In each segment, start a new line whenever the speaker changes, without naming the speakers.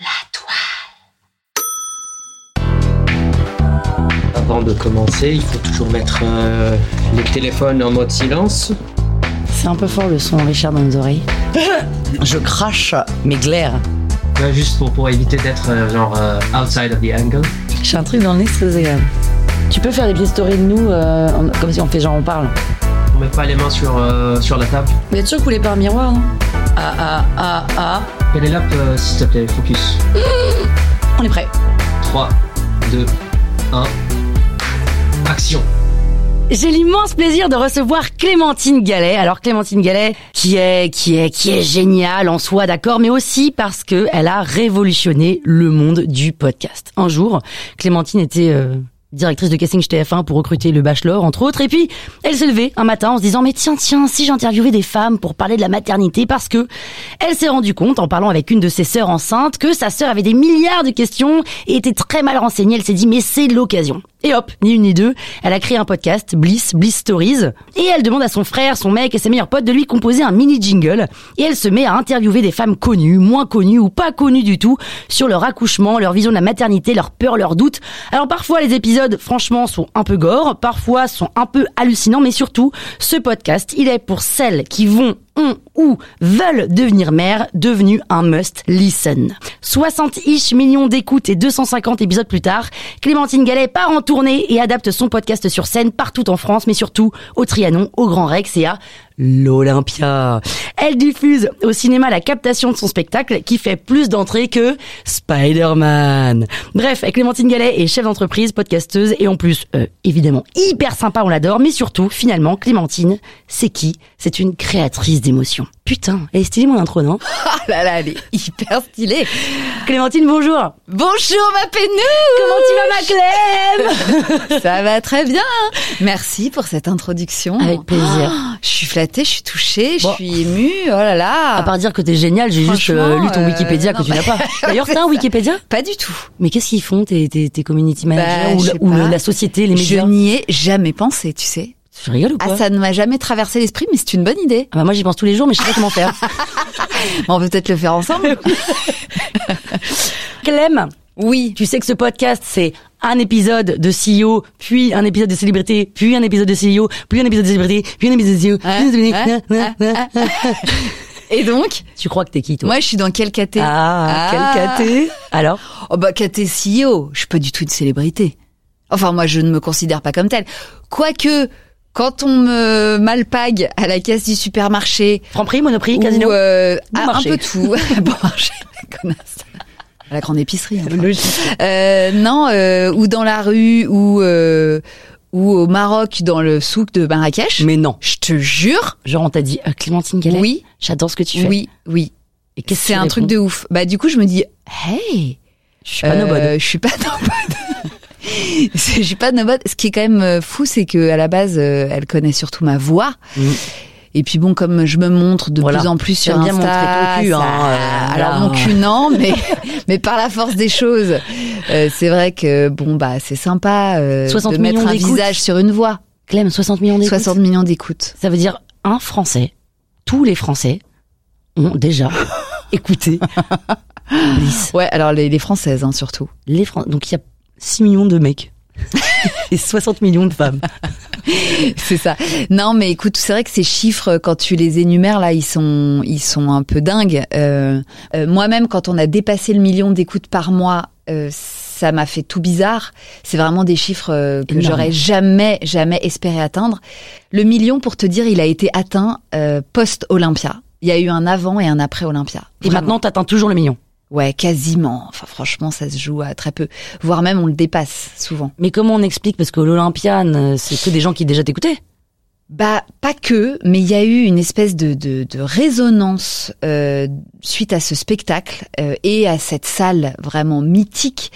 La toile.
Avant de commencer, il faut toujours mettre euh, les téléphones en mode silence.
C'est un peu fort le son Richard dans nos oreilles. Je crache mes glaires.
Euh, juste pour, pour éviter d'être euh, genre euh, outside of the angle.
J'ai un truc dans le nez, c'est très agréable. Tu peux faire des petites stories de nous, euh, en- comme si on fait genre on parle.
On met pas les mains sur, euh, sur la table.
Vous êtes sûr que vous voulez pas un miroir, non Ah ah ah ah.
Pénélope, euh, s'il te plaît, focus.
On est prêt.
3, 2, 1. Action.
J'ai l'immense plaisir de recevoir Clémentine Gallet. Alors Clémentine Gallet, qui est qui est qui est géniale en soi, d'accord, mais aussi parce que elle a révolutionné le monde du podcast. Un jour, Clémentine était euh, directrice de casting chez TF1 pour recruter le bachelor, entre autres, et puis elle s'est levée un matin en se disant mais tiens tiens si j'interviewais des femmes pour parler de la maternité parce que elle s'est rendue compte en parlant avec une de ses sœurs enceintes que sa sœur avait des milliards de questions et était très mal renseignée. Elle s'est dit mais c'est l'occasion. Et hop, ni une ni deux, elle a créé un podcast, Bliss, Bliss Stories, et elle demande à son frère, son mec et ses meilleurs potes de lui composer un mini jingle, et elle se met à interviewer des femmes connues, moins connues ou pas connues du tout, sur leur accouchement, leur vision de la maternité, leurs peurs, leurs doutes. Alors parfois les épisodes, franchement, sont un peu gore, parfois sont un peu hallucinants, mais surtout, ce podcast, il est pour celles qui vont ont ou veulent devenir mères devenu un must listen. 60-ish millions d'écoutes et 250 épisodes plus tard, Clémentine Gallet part en tournée et adapte son podcast sur scène partout en France, mais surtout au Trianon, au Grand Rex et à l'Olympia. Elle diffuse au cinéma la captation de son spectacle qui fait plus d'entrées que Spider-Man. Bref, Clémentine Gallet est chef d'entreprise, podcasteuse et en plus, euh, évidemment, hyper sympa, on l'adore, mais surtout, finalement, Clémentine, c'est qui C'est une créatrice d'émotions. Putain, elle est stylée mon intro, non
Ah là là, elle est hyper stylée.
Clémentine, bonjour
Bonjour ma pénou
Comment tu vas, ma Clem
Ça va très bien. Merci pour cette introduction.
Avec plaisir.
Oh, je suis flattée, je suis touchée, je
Bon.
suis émue. Oh là là.
À part dire que t'es géniale, j'ai juste euh,
Franchement,
lu ton
euh,
Wikipédia que
non,
tu n'as pas. D'ailleurs, t'as un Wikipédia
Pas du tout.
Mais qu'est-ce qu'ils font, tes, tes, tes community managers
Bah,
ou
je
la-
sais
ou,
pas.
la société, les
je
médias
n'y ai jamais pensé, tu sais.
Tu rigoles ou quoi
Ah, ça ne m'a jamais traversé l'esprit, mais c'est une bonne idée.
Ah bah moi j'y pense tous les jours mais je sais pas comment faire.
Bon, on peut peut-être le faire ensemble.
Clem,
Oui.
tu sais que ce podcast c'est un épisode de CEO, puis un épisode de célébrité, puis un épisode de CEO, puis un épisode de célébrité, puis un épisode de E CEO. puis un épisode de-
hein,
Na, na, na.
Et donc,
Tu crois que t'es qui toi
moi, je suis dans quel caté
Ah,
Ah.
quel caté Alors
Oh bah KT CEO, je suis pas du tout une célébrité. Enfin moi je ne me considère pas comme telle. Quoique quand on me malpague à la caisse du supermarché
Franprix, Monoprix, Casino
ou euh,
Bon
à- un
marché.
peu tout, bon marché, connasse. À la grande épicerie. hein. Euh, non, euh, ou dans la rue ou euh, ou au Maroc dans le souk de Marrakech.
Mais non.
Je te jure.
Genre on t'a dit euh, Clémentine Gallet.
Oui.
J'adore ce que tu fais.
Oui, oui.
Et qu'est-ce que
C'est
tu
un truc
réponds
de ouf. Bah du coup je me dis hey.
Je suis pas nobody.
Euh, Je suis pas nobody. je suis pas nobody. Ce qui est quand même euh, fou, c'est que à la base, euh, elle connaît surtout ma voix.
Mhm.
Et puis bon, comme je me montre de
Voilà.
plus en plus sur
T'aimes bien
Insta,
montrer ton cul,
ça-
hein, euh,
alors
là.
mon cul non, mais mais par la force des choses, euh, c'est vrai que bon bah c'est sympa euh,
60
de mettre
millions
un
d'écoutes.
visage sur une voix.
Clem, 60 millions d'écoutes.
60 millions d'écoutes.
Ça veut dire un Français, tous les Français ont déjà écouté Bliss.
Ouais, alors les, les françaises hein, surtout.
Les Fran- Donc il y a 6 millions de mecs et 60 millions de femmes.
C'est ça. Non, mais écoute, c'est vrai que ces chiffres, quand tu les énumères, là, ils sont, ils sont un peu dingues. Euh, euh, Moi-même, quand on a dépassé le million d'écoutes par mois, euh, ça m'a fait tout bizarre. C'est vraiment des chiffres euh, que
Énorme.
j'aurais jamais, jamais espéré atteindre. Le million, pour te dire, il a été atteint euh, post-Olympia. Il y a eu un avant et un après Olympia.
Et
Vraiment.
maintenant, t'atteins toujours le million.
Ouais, quasiment. Enfin, franchement, ça se joue à très peu. Voire même, on le dépasse souvent.
euh, Mais comment on explique Parce que l'Olympiade, c'est que des gens qui déjà t'écoutaient.
Bah pas que, mais il y a eu une espèce de, de, de résonance euh, suite à ce spectacle euh, et à cette salle vraiment mythique.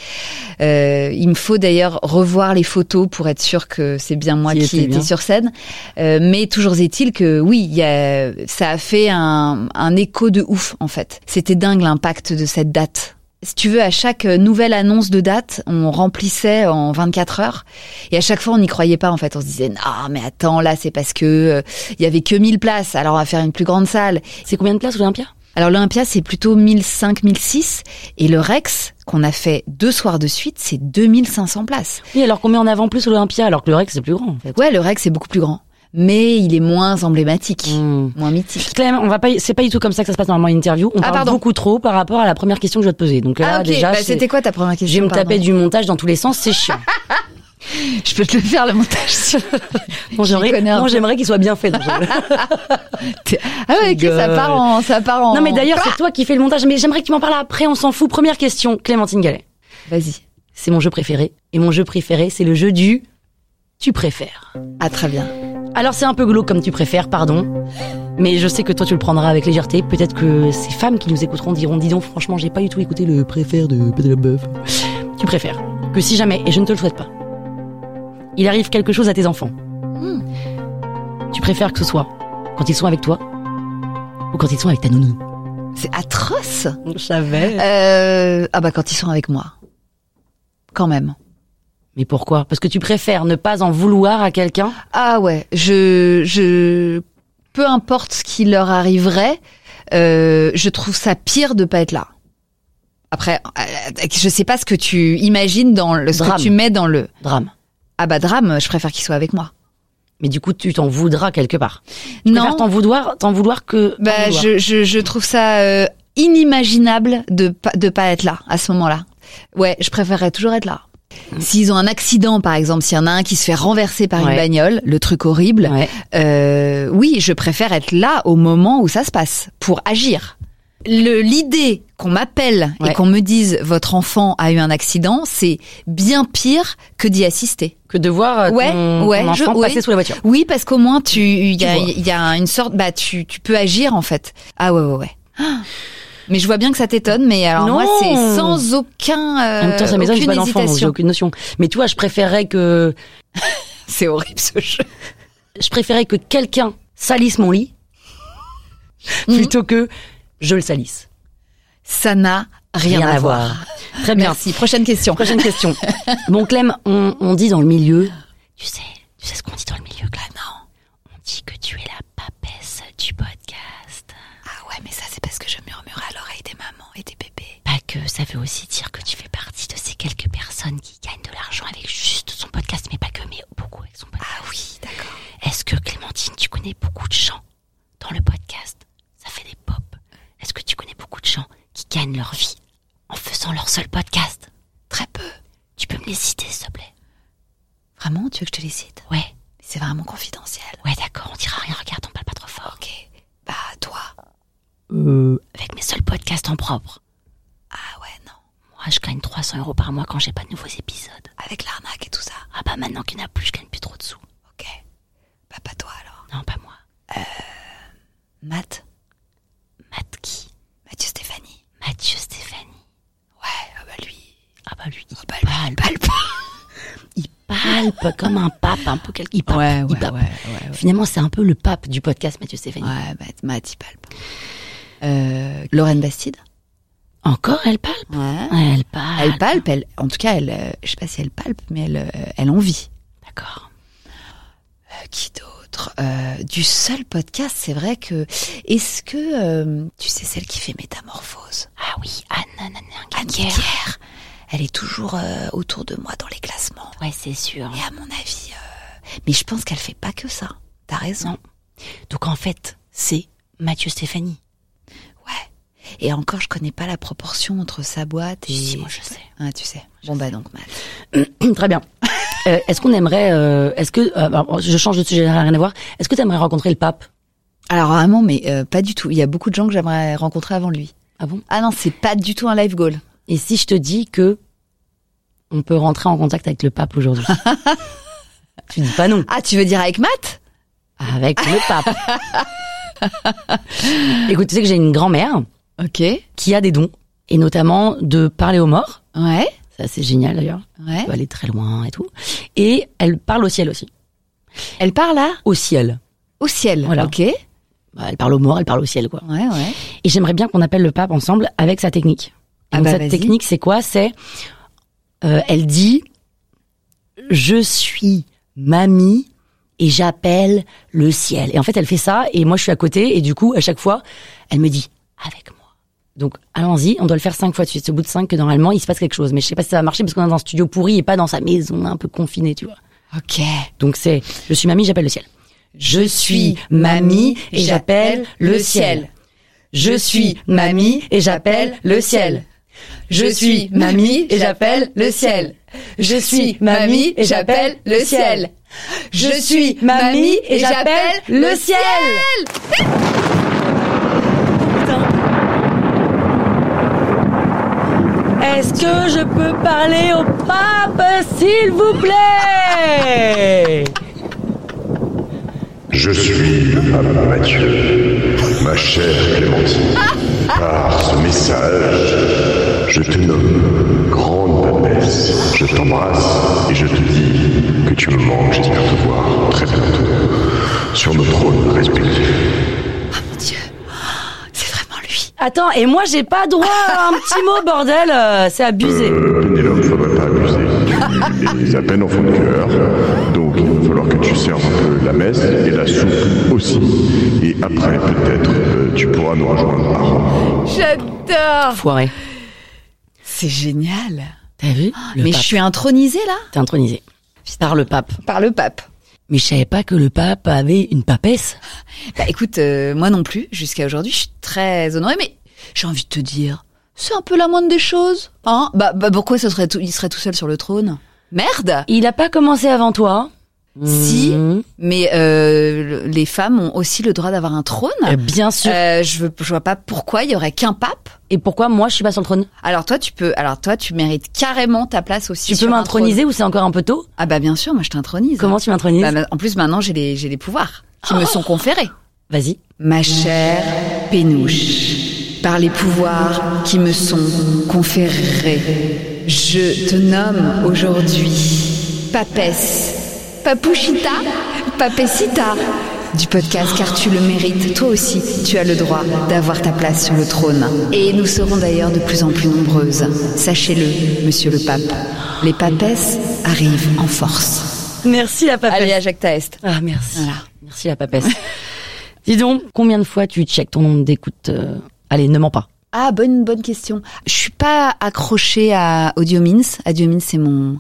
Euh, il me faut d'ailleurs revoir les photos pour être sûr que c'est bien moi
Qui
qui,
était
étais
bien.
sur scène. Euh, mais toujours est-il que oui, il y a, ça a fait un, un écho de ouf en fait. C'était dingue l'impact de cette date. Si tu veux, à chaque euh, nouvelle annonce de date, on remplissait en 24 heures. Et à chaque fois, on n'y croyait pas, en fait. On se disait, non, mais attends, là, c'est parce que euh, il y avait que 1000 places, alors on va faire une plus grande salle.
C'est combien de places Olympia
Alors l'Olympia, c'est plutôt 1005, 1006. Et le Rex, qu'on a fait deux soirs de suite, c'est 2500 places.
Oui, alors qu'on met en avant plus l'Olympia, alors que le Rex c'est plus grand en fait.
Ouais, le Rex est beaucoup plus grand. Mais il est moins emblématique, moins mythique.
Clem, on va pas, y- c'est pas du tout comme ça que ça se passe normalement une interview. On
Hmm. Ah,
parle
pardon.
beaucoup trop par rapport à la première question que je vais te poser. Donc là
ah ok,
déjà,
Bah,
c'est-
c'était quoi ta première question
je vais me
pardon
taper du montage dans tous les sens, c'est chiant.
Je peux te le faire le montage.
Bon, j'aimerais-
connais un
non,
peu.
j'aimerais qu'il soit bien fait. donc je-
ah ouais, ok, ça
rigole.
part en, ça part en.
non mais d'ailleurs, c'est toi qui fais le montage, mais j'aimerais que tu m'en parles après, on s'en fout. Première question, Clémentine Gallet.
vas-y.
C'est mon jeu préféré. Et mon jeu préféré, c'est le jeu du tu préfères.
Ah très bien.
Alors c'est un peu glauque comme tu préfères, pardon. Mais je sais que toi tu le prendras avec légèreté. Peut-être que ces femmes qui nous écouteront diront, dis donc franchement j'ai pas du tout écouté le préfère de Pédale Boeuf. Tu préfères que si jamais, et je ne te le souhaite pas, il arrive quelque chose à tes enfants,
Hmm.
tu préfères que ce soit quand ils sont avec toi ou quand ils sont avec ta nounou.
C'est atroce.
Je savais.
Euh, ah bah quand ils sont avec moi. Quand même.
Mais pourquoi Parce que tu préfères ne pas en vouloir à quelqu'un
Ah ouais, je je peu importe ce qui leur arriverait, euh, je trouve ça pire de pas être là. Après, euh, je sais pas ce que tu imagines dans le, ce
Drame.
que tu mets dans le.
Drame.
Ah bah drame, je préfère qu'ils soient avec moi.
Mais du coup tu t'en voudras quelque part. Tu préfères
non,
t'en vouloir, t'en vouloir que... t'en
bah
vouloir.
je, je je trouve ça euh, inimaginable de pas de pas être là à ce moment-là. Ouais, je préférerais toujours être là. S'ils ont un accident, par exemple, s'il y en a un qui se fait renverser par
Mm. Ouais.
une bagnole, le truc horrible,
Ouais.
Euh, oui, je préfère être là au moment où ça se passe pour agir. Le- L'idée qu'on m'appelle
Ouais.
et qu'on me dise votre enfant a eu un accident, c'est bien pire que d'y assister.
que de voir euh,
Ouais,
ton,
ouais,
ton enfant
je-
passer
ouais.
sous la voiture.
Oui, parce qu'au moins tu il y a,
Tu vois.
il y a une sorte bah tu tu peux agir en fait. Ah ouais ouais ouais. Ah. Mais je vois bien que ça t'étonne, mais alors moi
Non.
c'est sans aucun euh,
en même temps, ça m'étonne, j'ai
aucune
pas d'enfant, donc j'ai
hésitation.
aucune notion. Mais tu vois, je préférais que
C'est horrible ce jeu.
je préférais que quelqu'un salisse mon lit plutôt que je le salisse.
Ça n'a rien, à, voir.
Très bien.
Merci. Prochaine question.
Prochaine question. Bon, Clem, on, on dit dans le milieu. Tu sais, tu sais ce qu'on dit dans le milieu, Clem Non. On dit que tu es la papesse du podcast.
Ah ouais, mais ça c'est parce que je murmure à l'oreille des mamans et des bébés.
Pas que ça veut aussi dire que tu fais partie de ces quelques personnes qui gagnent de l'argent avec juste son podcast, mais pas que, mais beaucoup avec son podcast. Ah oui, d'accord. Est-ce que Clémentine, tu connais beaucoup de gens dans le podcast Ça fait des pop. Est-ce que tu connais beaucoup de gens qui gagnent leur vie en faisant leur seul podcast Très peu. Tu peux me les citer, s'il te plaît
Vraiment, tu veux que je te les cite
Ouais,
C'est vraiment confidentiel.
ouais, d'accord, on dira rien, regarde, on parle pas trop fort. Ok.
Bah, toi.
Euh, Avec mes seuls podcasts en propre.
Ah ouais, non.
Moi, je gagne 300 euros par mois quand j'ai pas de nouveaux épisodes.
Avec l'arnaque et tout ça.
Ah bah maintenant qu'il n'y en a plus, je gagne plus trop de sous.
Ok. Bah, pas toi alors.
Non, pas moi.
Matt
Matt qui
Mathieu Stéphanie
Mathieu Stéphanie.
Ouais, ah bah lui.
Ah bah lui, il
Bah, lui, il parle pas.
palpe, comme un pape, un peu quelqu'un. Il pape,
Ouais,
il
ouais, ouais,
pape.
ouais.
Finalement, c'est un peu le pape du podcast, Mathieu Stéphanie.
Ouais, Matt, Matt, il parle pas. Euh, Lorraine Bastide
Encore, elle palpe
Ouais.
Ouais, Elle palpe.
Elle palpe, elle, en tout cas, elle, euh, je sais pas si elle palpe, mais elle, euh, elle en vit.
D'accord.
Euh, qui d'autre Euh, Du seul podcast, c'est vrai que. Est-ce que. euh, tu sais, celle qui fait Métamorphose
Ah oui, Anne, Anne, Anne,
Anne Guéguerre, elle est toujours euh, autour de moi dans les classements.
Ouais, c'est sûr.
Et à mon avis, euh, mais je pense qu'elle fait pas que ça. T'as raison.
Donc en fait, c'est Mathieu Stéphanie.
Ouais. Et encore, je connais pas la proportion entre sa boîte et.
Si, moi, je sais.
Ah, tu sais. Bon bah donc mal.
Très bien. Euh, est-ce qu'on aimerait, euh, est-ce que, euh, alors, je change de sujet, ça n'a rien à voir. Est-ce que tu aimerais rencontrer le pape
Alors vraiment, mais euh, pas du tout. Il y a beaucoup de gens que j'aimerais rencontrer avant lui.
Ah bon
Ah non, c'est pas du tout un live goal.
Et si je te dis que on peut rentrer en contact avec le pape aujourd'hui Tu dis pas non.
Ah, tu veux dire avec Matt
avec le pape. Écoute, tu sais que j'ai une grand-mère
Ok.
qui a des dons, et notamment de parler aux morts.
Ouais.
Ça, c'est génial d'ailleurs.
Ouais.
Elle peut aller très loin et tout. Et elle parle au ciel aussi.
Elle part là,
Au ciel.
au ciel.
Voilà.
Ok. Ouais,
Bah, Elle parle aux morts, elle parle au ciel, quoi.
ouais.
Et j'aimerais bien qu'on appelle le pape ensemble avec sa technique. Et
Ah
donc,
bah,
cette
vas-y.
technique, c'est quoi C'est, euh, elle dit, je suis mamie et j'appelle le ciel. Et en fait, elle fait ça et moi, je suis à côté et du coup, à chaque fois, elle me dit avec moi. Donc, allons-y. On doit le faire cinq fois de suite. C'est au bout de cinq que normalement, il se passe quelque chose. Mais je sais pas si ça va marcher parce qu'on est dans un studio pourri et pas dans sa maison un peu confinée, tu vois.
Ok.
Donc c'est je suis mamie, j'appelle le ciel. Je suis mamie et j'appelle le ciel. Je suis mamie et j'appelle le ciel. Je suis mamie et j'appelle le ciel. Je suis mamie et j'appelle le ciel. Je suis mamie et j'appelle le ciel. Est-ce que je peux parler au pape, s'il vous plaît
Je suis le pape Mathieu. Ma chère Clémentine, par ce message, je te nomme grande papesse. Je t'embrasse et je te dis que tu me manques. J'espère te voir très bientôt sur nos trônes respectifs.
Oh,
C'est vraiment lui.
Attends, et moi j'ai pas droit à un petit mot, bordel, euh, c'est abusé.
Euh, Pénélope, faudrait pas abuser. Tu es à peine enfant de cœur, donc il va falloir que tu serves un peu la messe et la soupe aussi. Et après, peut-être, euh, tu pourras nous rejoindre par
J'adore.
Foiré.
C'est génial.
T'as vu
Mais je suis intronisée là
T'es intronisé. Par le pape.
par le pape.
Mais je savais pas que le pape avait une papesse.
Bah écoute, euh, moi non plus, jusqu'à aujourd'hui, je suis très honorée, mais j'ai envie de te dire, c'est un peu la moindre des choses. Hein bah, bah pourquoi ça serait tout, il serait tout seul sur le trône Merde
Il a pas commencé avant toi.
Si,
Mmh.
mais euh, le- les femmes ont aussi le droit d'avoir un trône.
Euh, bien sûr.
Euh, je, veux, je vois pas pourquoi il y aurait qu'un pape.
Et pourquoi moi je suis pas sur le trône
Alors toi, tu peux, alors toi, tu mérites carrément ta place
Tu
aussi.
peux
sur un trône.
m'introniser ou c'est encore un peu tôt
Ah bah bien sûr, moi je t'intronise.
Comment tu Oh m'intronises
Bah, bah, En plus, maintenant, j'ai les, j'ai les pouvoirs qui me sont conférés.
Vas-y.
Ma chère Pénouche, par les pouvoirs qui me sont conférés, je te nomme aujourd'hui Papesse, Papouchita, Papessita du podcast car tu le mérites, toi aussi tu as le droit d'avoir ta place sur le trône. Et nous serons d'ailleurs de plus en plus nombreuses. Sachez-le, monsieur le pape, les papesses arrivent en force.
Merci la papesse.
Allez, Jacques Taest.
Ah merci.
Voilà.
Merci la papesse. Dis donc, combien de fois tu checkes ton nombre d'écoutes euh, Allez, ne mens pas.
Ah, bonne bonne question. Je suis pas accrochée à Audiomins. Audiomins, c'est mon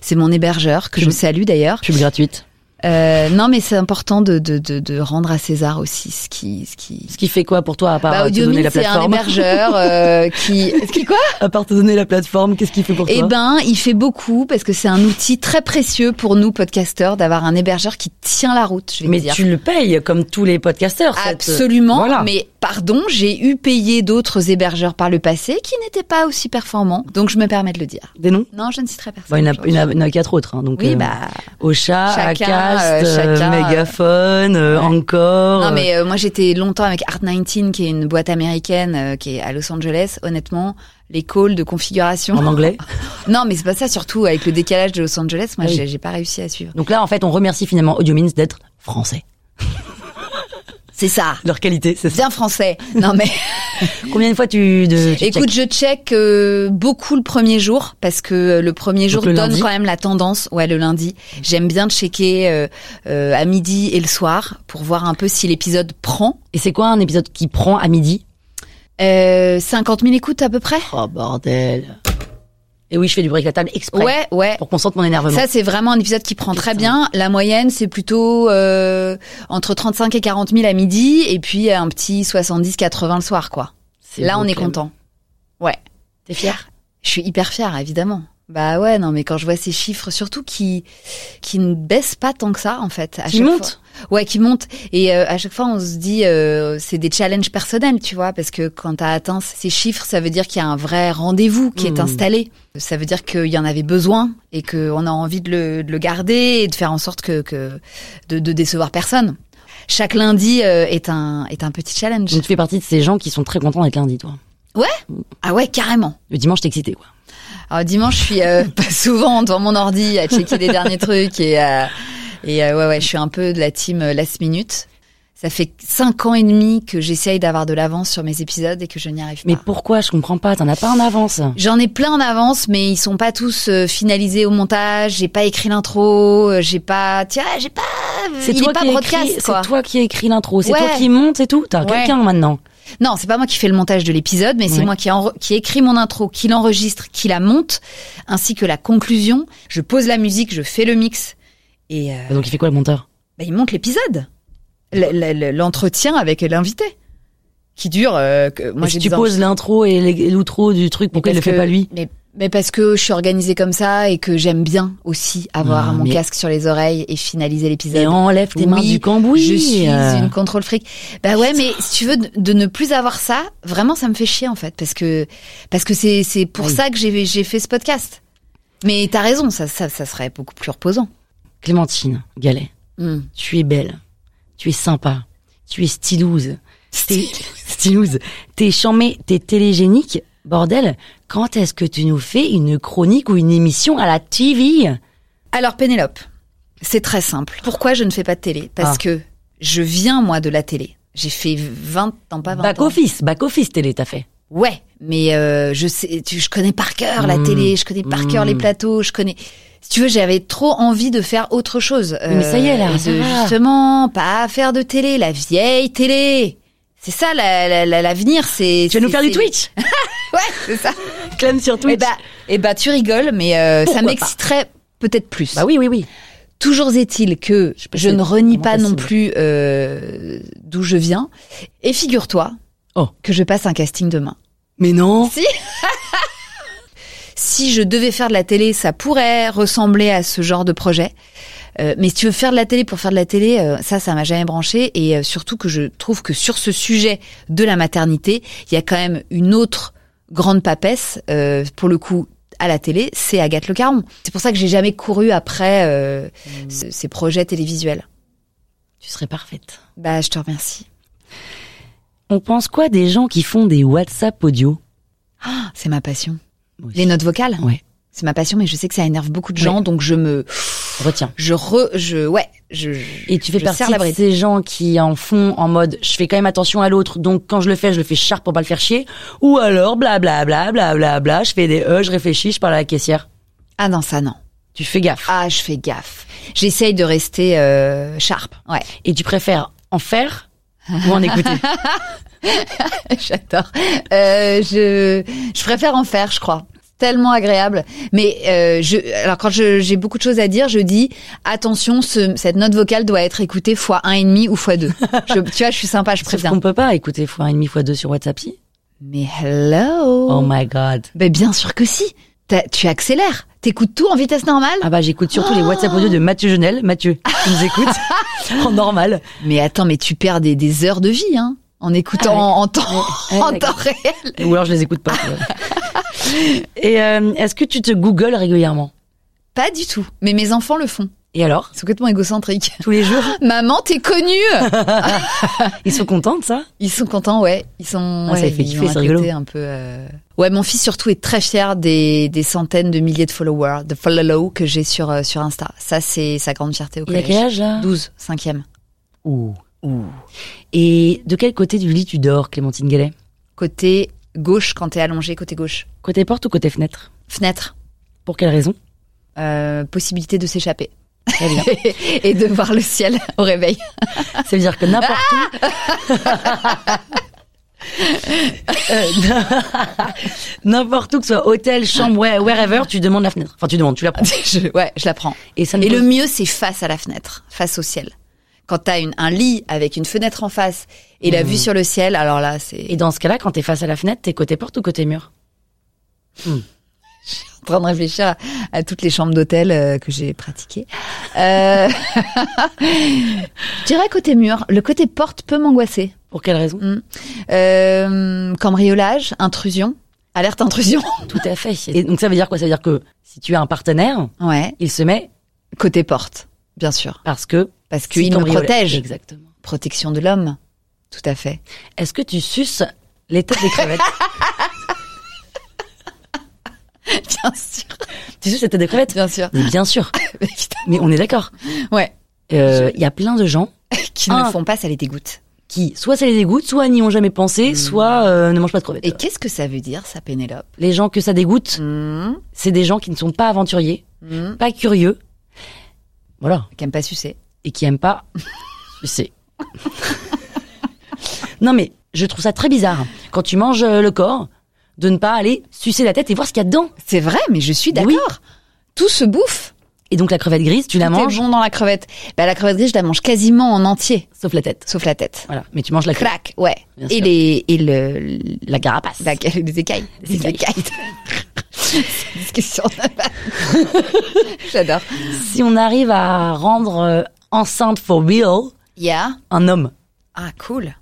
c'est mon hébergeur que je salue d'ailleurs.
Pub gratuite.
Euh, non, mais c'est important de, de, de, de rendre à César aussi ce qui ce qui.
Ce qui fait quoi pour toi à part
Bah,
euh, te donner
Audiomins,
la
c'est un
plateforme
hébergeur euh, qui qui quoi
À part te donner la plateforme, qu'est-ce qu'il fait pour
Eh
toi
ben, il fait beaucoup parce que c'est un outil très précieux pour nous podcasteurs d'avoir un hébergeur qui tient la route. Je vais
Mais
te dire.
tu le payes comme tous les podcasteurs. cette- euh,
Absolument,
Voilà.
mais pardon, j'ai eu payé d'autres hébergeurs par le passé qui n'étaient pas aussi performants, donc je me permets de le dire.
Des noms
Non, je ne citerai personne.
Bon, il y en a-
aujourd'hui.
il y en a- il y en a quatre autres. hein, donc,
Oui,
euh,
bah.
Ocha,
chacun,
Acast,
euh,
euh,
chacun, euh,
Megaphone, euh, Encore.
Non, mais euh, moi j'étais longtemps avec Art19, qui est une boîte américaine euh, qui est à Los Angeles. Honnêtement, les calls de configuration.
En anglais.
non, mais c'est pas ça, surtout avec le décalage de Los Angeles, moi
Ah oui.
j'ai j'ai pas réussi à suivre.
Donc là, en fait, on remercie finalement Audiomins d'être français.
C'est ça,
Leur qualité, c'est ça.
bien français. Non, mais.
Combien de fois tu, de, tu
Écoute,
checkes
je check euh, beaucoup le premier jour parce que euh, le premier jour
le
donne
lundi
quand même la tendance. Ouais, le lundi. J'aime bien checker euh, euh, à midi et le soir pour voir un peu si l'épisode prend.
Et c'est quoi un épisode qui prend à midi
Euh, 50 000 écoutes à peu près.
Oh bordel. Et oui, je fais du bric à table exprès.
Ouais, ouais.
Pour qu'on sente mon énervement.
Ça, c'est vraiment un épisode qui prend très
Putain.
bien. La moyenne, c'est plutôt euh, entre 35 et 40 000 à midi, et puis un petit 70-80 le soir, quoi.
C'est
Là,
beau,
on est
Clem.
content. Ouais.
T'es fière
Je suis hyper fière, évidemment. Bah ouais, non, mais quand je vois ces chiffres, surtout qui qui ne baissent pas tant que ça, en fait. À
Qui
chaque
monte
fois. Ouais, qui montent. Et euh, à chaque fois, on se dit, euh, c'est des challenges personnels, tu vois, parce que quand t'as atteint ces chiffres, ça veut dire qu'il y a un vrai rendez-vous qui est
Mhm.
installé. Ça veut dire qu'il y en avait besoin et qu'on a envie de le, de le garder et de faire en sorte que, que de, de décevoir personne. chaque lundi euh, est un est un petit challenge.
Donc tu fais partie de ces gens qui sont très contents d'être lundi, toi.
Ouais. Ah ouais, carrément.
Le dimanche, t'es excité, quoi.
Alors dimanche, je suis euh, pas souvent devant mon ordi à checker les derniers trucs et euh, et euh, ouais ouais, je suis un peu de la team euh, last minute. Ça fait cinq ans et demi que j'essaye d'avoir de l'avance sur mes épisodes et que je n'y arrive
Mais
pas.
pourquoi Je comprends pas. T'en as pas en avance.
J'en ai plein en avance, mais ils sont pas tous euh, finalisés au montage. J'ai pas écrit l'intro, euh, j'ai pas, tiens, j'ai pas, euh,
C'est
il
toi,
est pas
qui écris-
broadcast, quoi.
c'est toi qui as écrit l'intro, c'est
Ouais.
toi qui monte et tout. T'as
Ouais.
quelqu'un maintenant.
Non, c'est pas moi qui fais le montage de l'épisode, mais c'est
Ouais.
moi qui, enre- qui écrit mon intro, qui l'enregistre, qui la monte, ainsi que la conclusion. Je pose la musique, je fais le mix, et euh,
Bah, Donc il fait quoi le monteur
bah, il monte l'épisode, L- l- l- l'entretien avec l'invité, qui dure. euh, que- moi,
Est-ce
j'ai
que tu
des
poses l'intro et l'é- et l'outro du truc pourquoi il le
Parce
fait
que-
pas lui
mais, mais parce que je suis organisée comme ça et que j'aime bien aussi avoir
Ah,
mon
mais-
casque sur les oreilles et finaliser l'épisode.
Et enlève tes mains
Oui,
du cambouis.
Je suis
euh.
une contrôle fric. Bah ouais, mais si tu veux de, de ne plus avoir ça, vraiment ça me fait chier en fait parce que parce que c'est c'est pour
Ah Oui.
ça que j'ai j'ai fait ce podcast. Mais t'as raison, ça ça ça serait beaucoup plus reposant.
Clémentine Gallet,
Hmm.
tu es belle, tu es sympa, tu es stylouse, t'es stylouse, t'es chambée, t'es télégénique. Bordel, quand est-ce que tu nous fais une chronique ou une émission à la TV
Alors Pénélope, c'est très simple. Pourquoi je ne fais pas de télé Parce
Ah.
que je viens moi de la télé. J'ai fait 20 ans pas 20
Back
ans.
office, back office télé t'as fait.
Ouais, mais euh, je sais, tu, je connais par cœur la
Mmh.
télé, je connais par cœur les
Mmh.
plateaux, je connais. Si tu veux, j'avais trop envie de faire autre chose. Euh,
mais ça y est, là,
et
ça
de,
va.
justement, pas faire de télé, la vieille télé. C'est ça la- la- la- l'avenir, c'est.
Tu vas nous
c'est-
faire du
c'est-
Twitch
Ouais, c'est ça.
Clem sur
Eh
Twitch.
bah, eh bah, tu rigoles, mais euh, ça
Pourquoi pas
m'exciterait peut-être plus.
bah oui, oui, oui.
Toujours est-il que je,
si
ne
c'est
renie
vraiment
pas non
possible.
plus euh, d'où je viens. Et figure-toi
Oh.
que je passe un casting demain.
Mais non.
si je devais faire de la télé, ça pourrait ressembler à ce genre de projet. Euh, mais si tu veux faire de la télé pour faire de la télé, euh, ça, ça m'a jamais branché. Et euh, surtout que je trouve que sur ce sujet de la maternité, il y a quand même une autre grande papesse, euh, pour le coup, à la télé, c'est Agathe Le Caron. C'est pour ça que j'ai jamais couru après euh,
Mmh.
ce- ces projets télévisuels.
Tu serais parfaite.
Bah, je te remercie.
On pense quoi des gens qui font des WhatsApp audio
Ah, C'est ma passion.
Moi aussi.
Les notes vocales
Ouais.
C'est ma passion, mais je sais que ça énerve beaucoup de gens,
Ouais.
donc je me...
Retiens.
Je re... Je... Ouais. Je,
Et tu fais
je
partie
serre la
de
bride.
ces gens qui en font en mode je fais quand même attention à l'autre, donc quand je le fais, je le fais sharp pour pas le faire chier. Ou alors blablabla, blablabla, je fais des E, je réfléchis, je parle à la caissière.
Ah non, ça non.
Tu fais gaffe.
Ah, je fais gaffe. J'essaye de rester euh, sharp. Ouais,
Et tu préfères en faire ou en écouter
j'adore. Euh, je, je préfère en faire, je crois. C'est Tellement agréable. Mais euh, je, alors quand je- j'ai beaucoup de choses à dire, je dis attention, ce- cette note vocale doit être écoutée fois un et demi ou fois deux. Je- tu vois, je suis sympa, je
Sauf
préviens.
qu'on peut pas écouter fois un et demi, fois deux sur WhatsApp. si
Mais hello.
Oh my god.
Ben, bien sûr que si. T'as- Tu accélères. T'écoutes tout en vitesse normale.
Ah bah j'écoute surtout les WhatsApp audio de Mathieu Genel. Mathieu, tu nous écoutes en normal.
Mais attends, mais tu perds des, des heures de vie, hein, en écoutant
Ah ouais.
en temps,
Ouais,
en temps
Eh, d'accord.
réel.
Ou alors je les écoute pas. et euh, est-ce que tu te googles régulièrement
Pas du tout. Mais mes enfants le font.
Et alors
C'est complètement égocentrique.
Tous les jours
Maman, t'es connue
Ils sont contents de ça
Ils sont contents, ouais. Ils sont.
Ah, ça
ouais,
les fait
ils
kiffer,
ont un
c'est rigolo.
côté Un peu. euh, Ouais, mon fils surtout est très fier des, des centaines de milliers de followers, de follow que j'ai sur euh, sur Insta. Ça, c'est sa grande fierté au
Il a
collège.
quel âge là
12, 5e,
Ouh. Et de quel côté du lit tu dors, Clémentine Gallet
côté gauche quand t'es allongé, côté gauche.
Côté porte ou côté fenêtre
Fenêtre,
Pour quelle raison
euh, possibilité de s'échapper
Très bien.
et de voir le ciel au réveil.
Ça veut dire que n'importe où. Euh, n'importe où que ce soit hôtel, chambre, where- wherever, tu demandes la fenêtre. Enfin, tu demandes, tu la prends.
Je- ouais, je la prends.
Et ça ne
Et
pose-
le mieux, c'est face à la fenêtre, face au ciel. Quand t'as une, un lit avec une fenêtre en face et la vue sur le ciel, alors là,
Et
c'est
dans ce cas-là, quand t'es face à la fenêtre, t'es côté porte ou côté mur
en train de réfléchir à, à toutes les chambres d'hôtel euh, que j'ai pratiquées. Euh, Je dirais côté mur, le côté porte peut m'angoisser.
Pour quelle raison
Euh, cambriolage, intrusion, alerte intrusion.
Tout à fait. Et donc ça veut dire quoi Ça veut dire que si tu as un partenaire,
Ouais,
il se met
côté porte, bien sûr,
parce que
parce
si
qu'il me
cambriolé-
protège.
Exactement.
protection de l'homme. Tout à fait.
Est-ce que tu suces les têtes des crevettes
Bien sûr.
Tu suces les têtes des crevettes
Bien sûr.
Mais bien sûr. Mais on est d'accord.
Ouais.
Euh, Il y a plein de gens
Qui ne
Un.
le font pas, ça les dégoûte.
qui, soit ça les dégoûte, soit n'y ont jamais pensé, soit euh, ne mangent pas de crevettes.
Et qu'est-ce que ça veut dire, ça, Pénélope
les gens que ça dégoûte,
Mmh,
c'est des gens qui ne sont pas aventuriers,
mmh.
pas curieux, voilà,
Qui aime pas sucer.
et qui aiment pas. Je sais. non mais je trouve ça très bizarre quand tu manges euh, le corps de ne pas aller sucer la tête et voir ce qu'il y a dedans.
C'est vrai, mais je suis d'accord.
Oui.
Tout se bouffe.
Et donc la crevette grise, tu la
Tout est
manges,
bon dans la crevette. Bah, la crevette grise, je la mange quasiment en entier,
sauf la tête.
sauf la tête.
Voilà, mais tu manges la crevette,
Crac, ouais.
Bien
Et
sûr.
les et le
la carapace.
la, les écailles, les
écailles.
écailles. C'est une discussion navale. J'adore.
Si on arrive à rendre euh, enceinte for real
Yeah.
un homme,
Ah cool.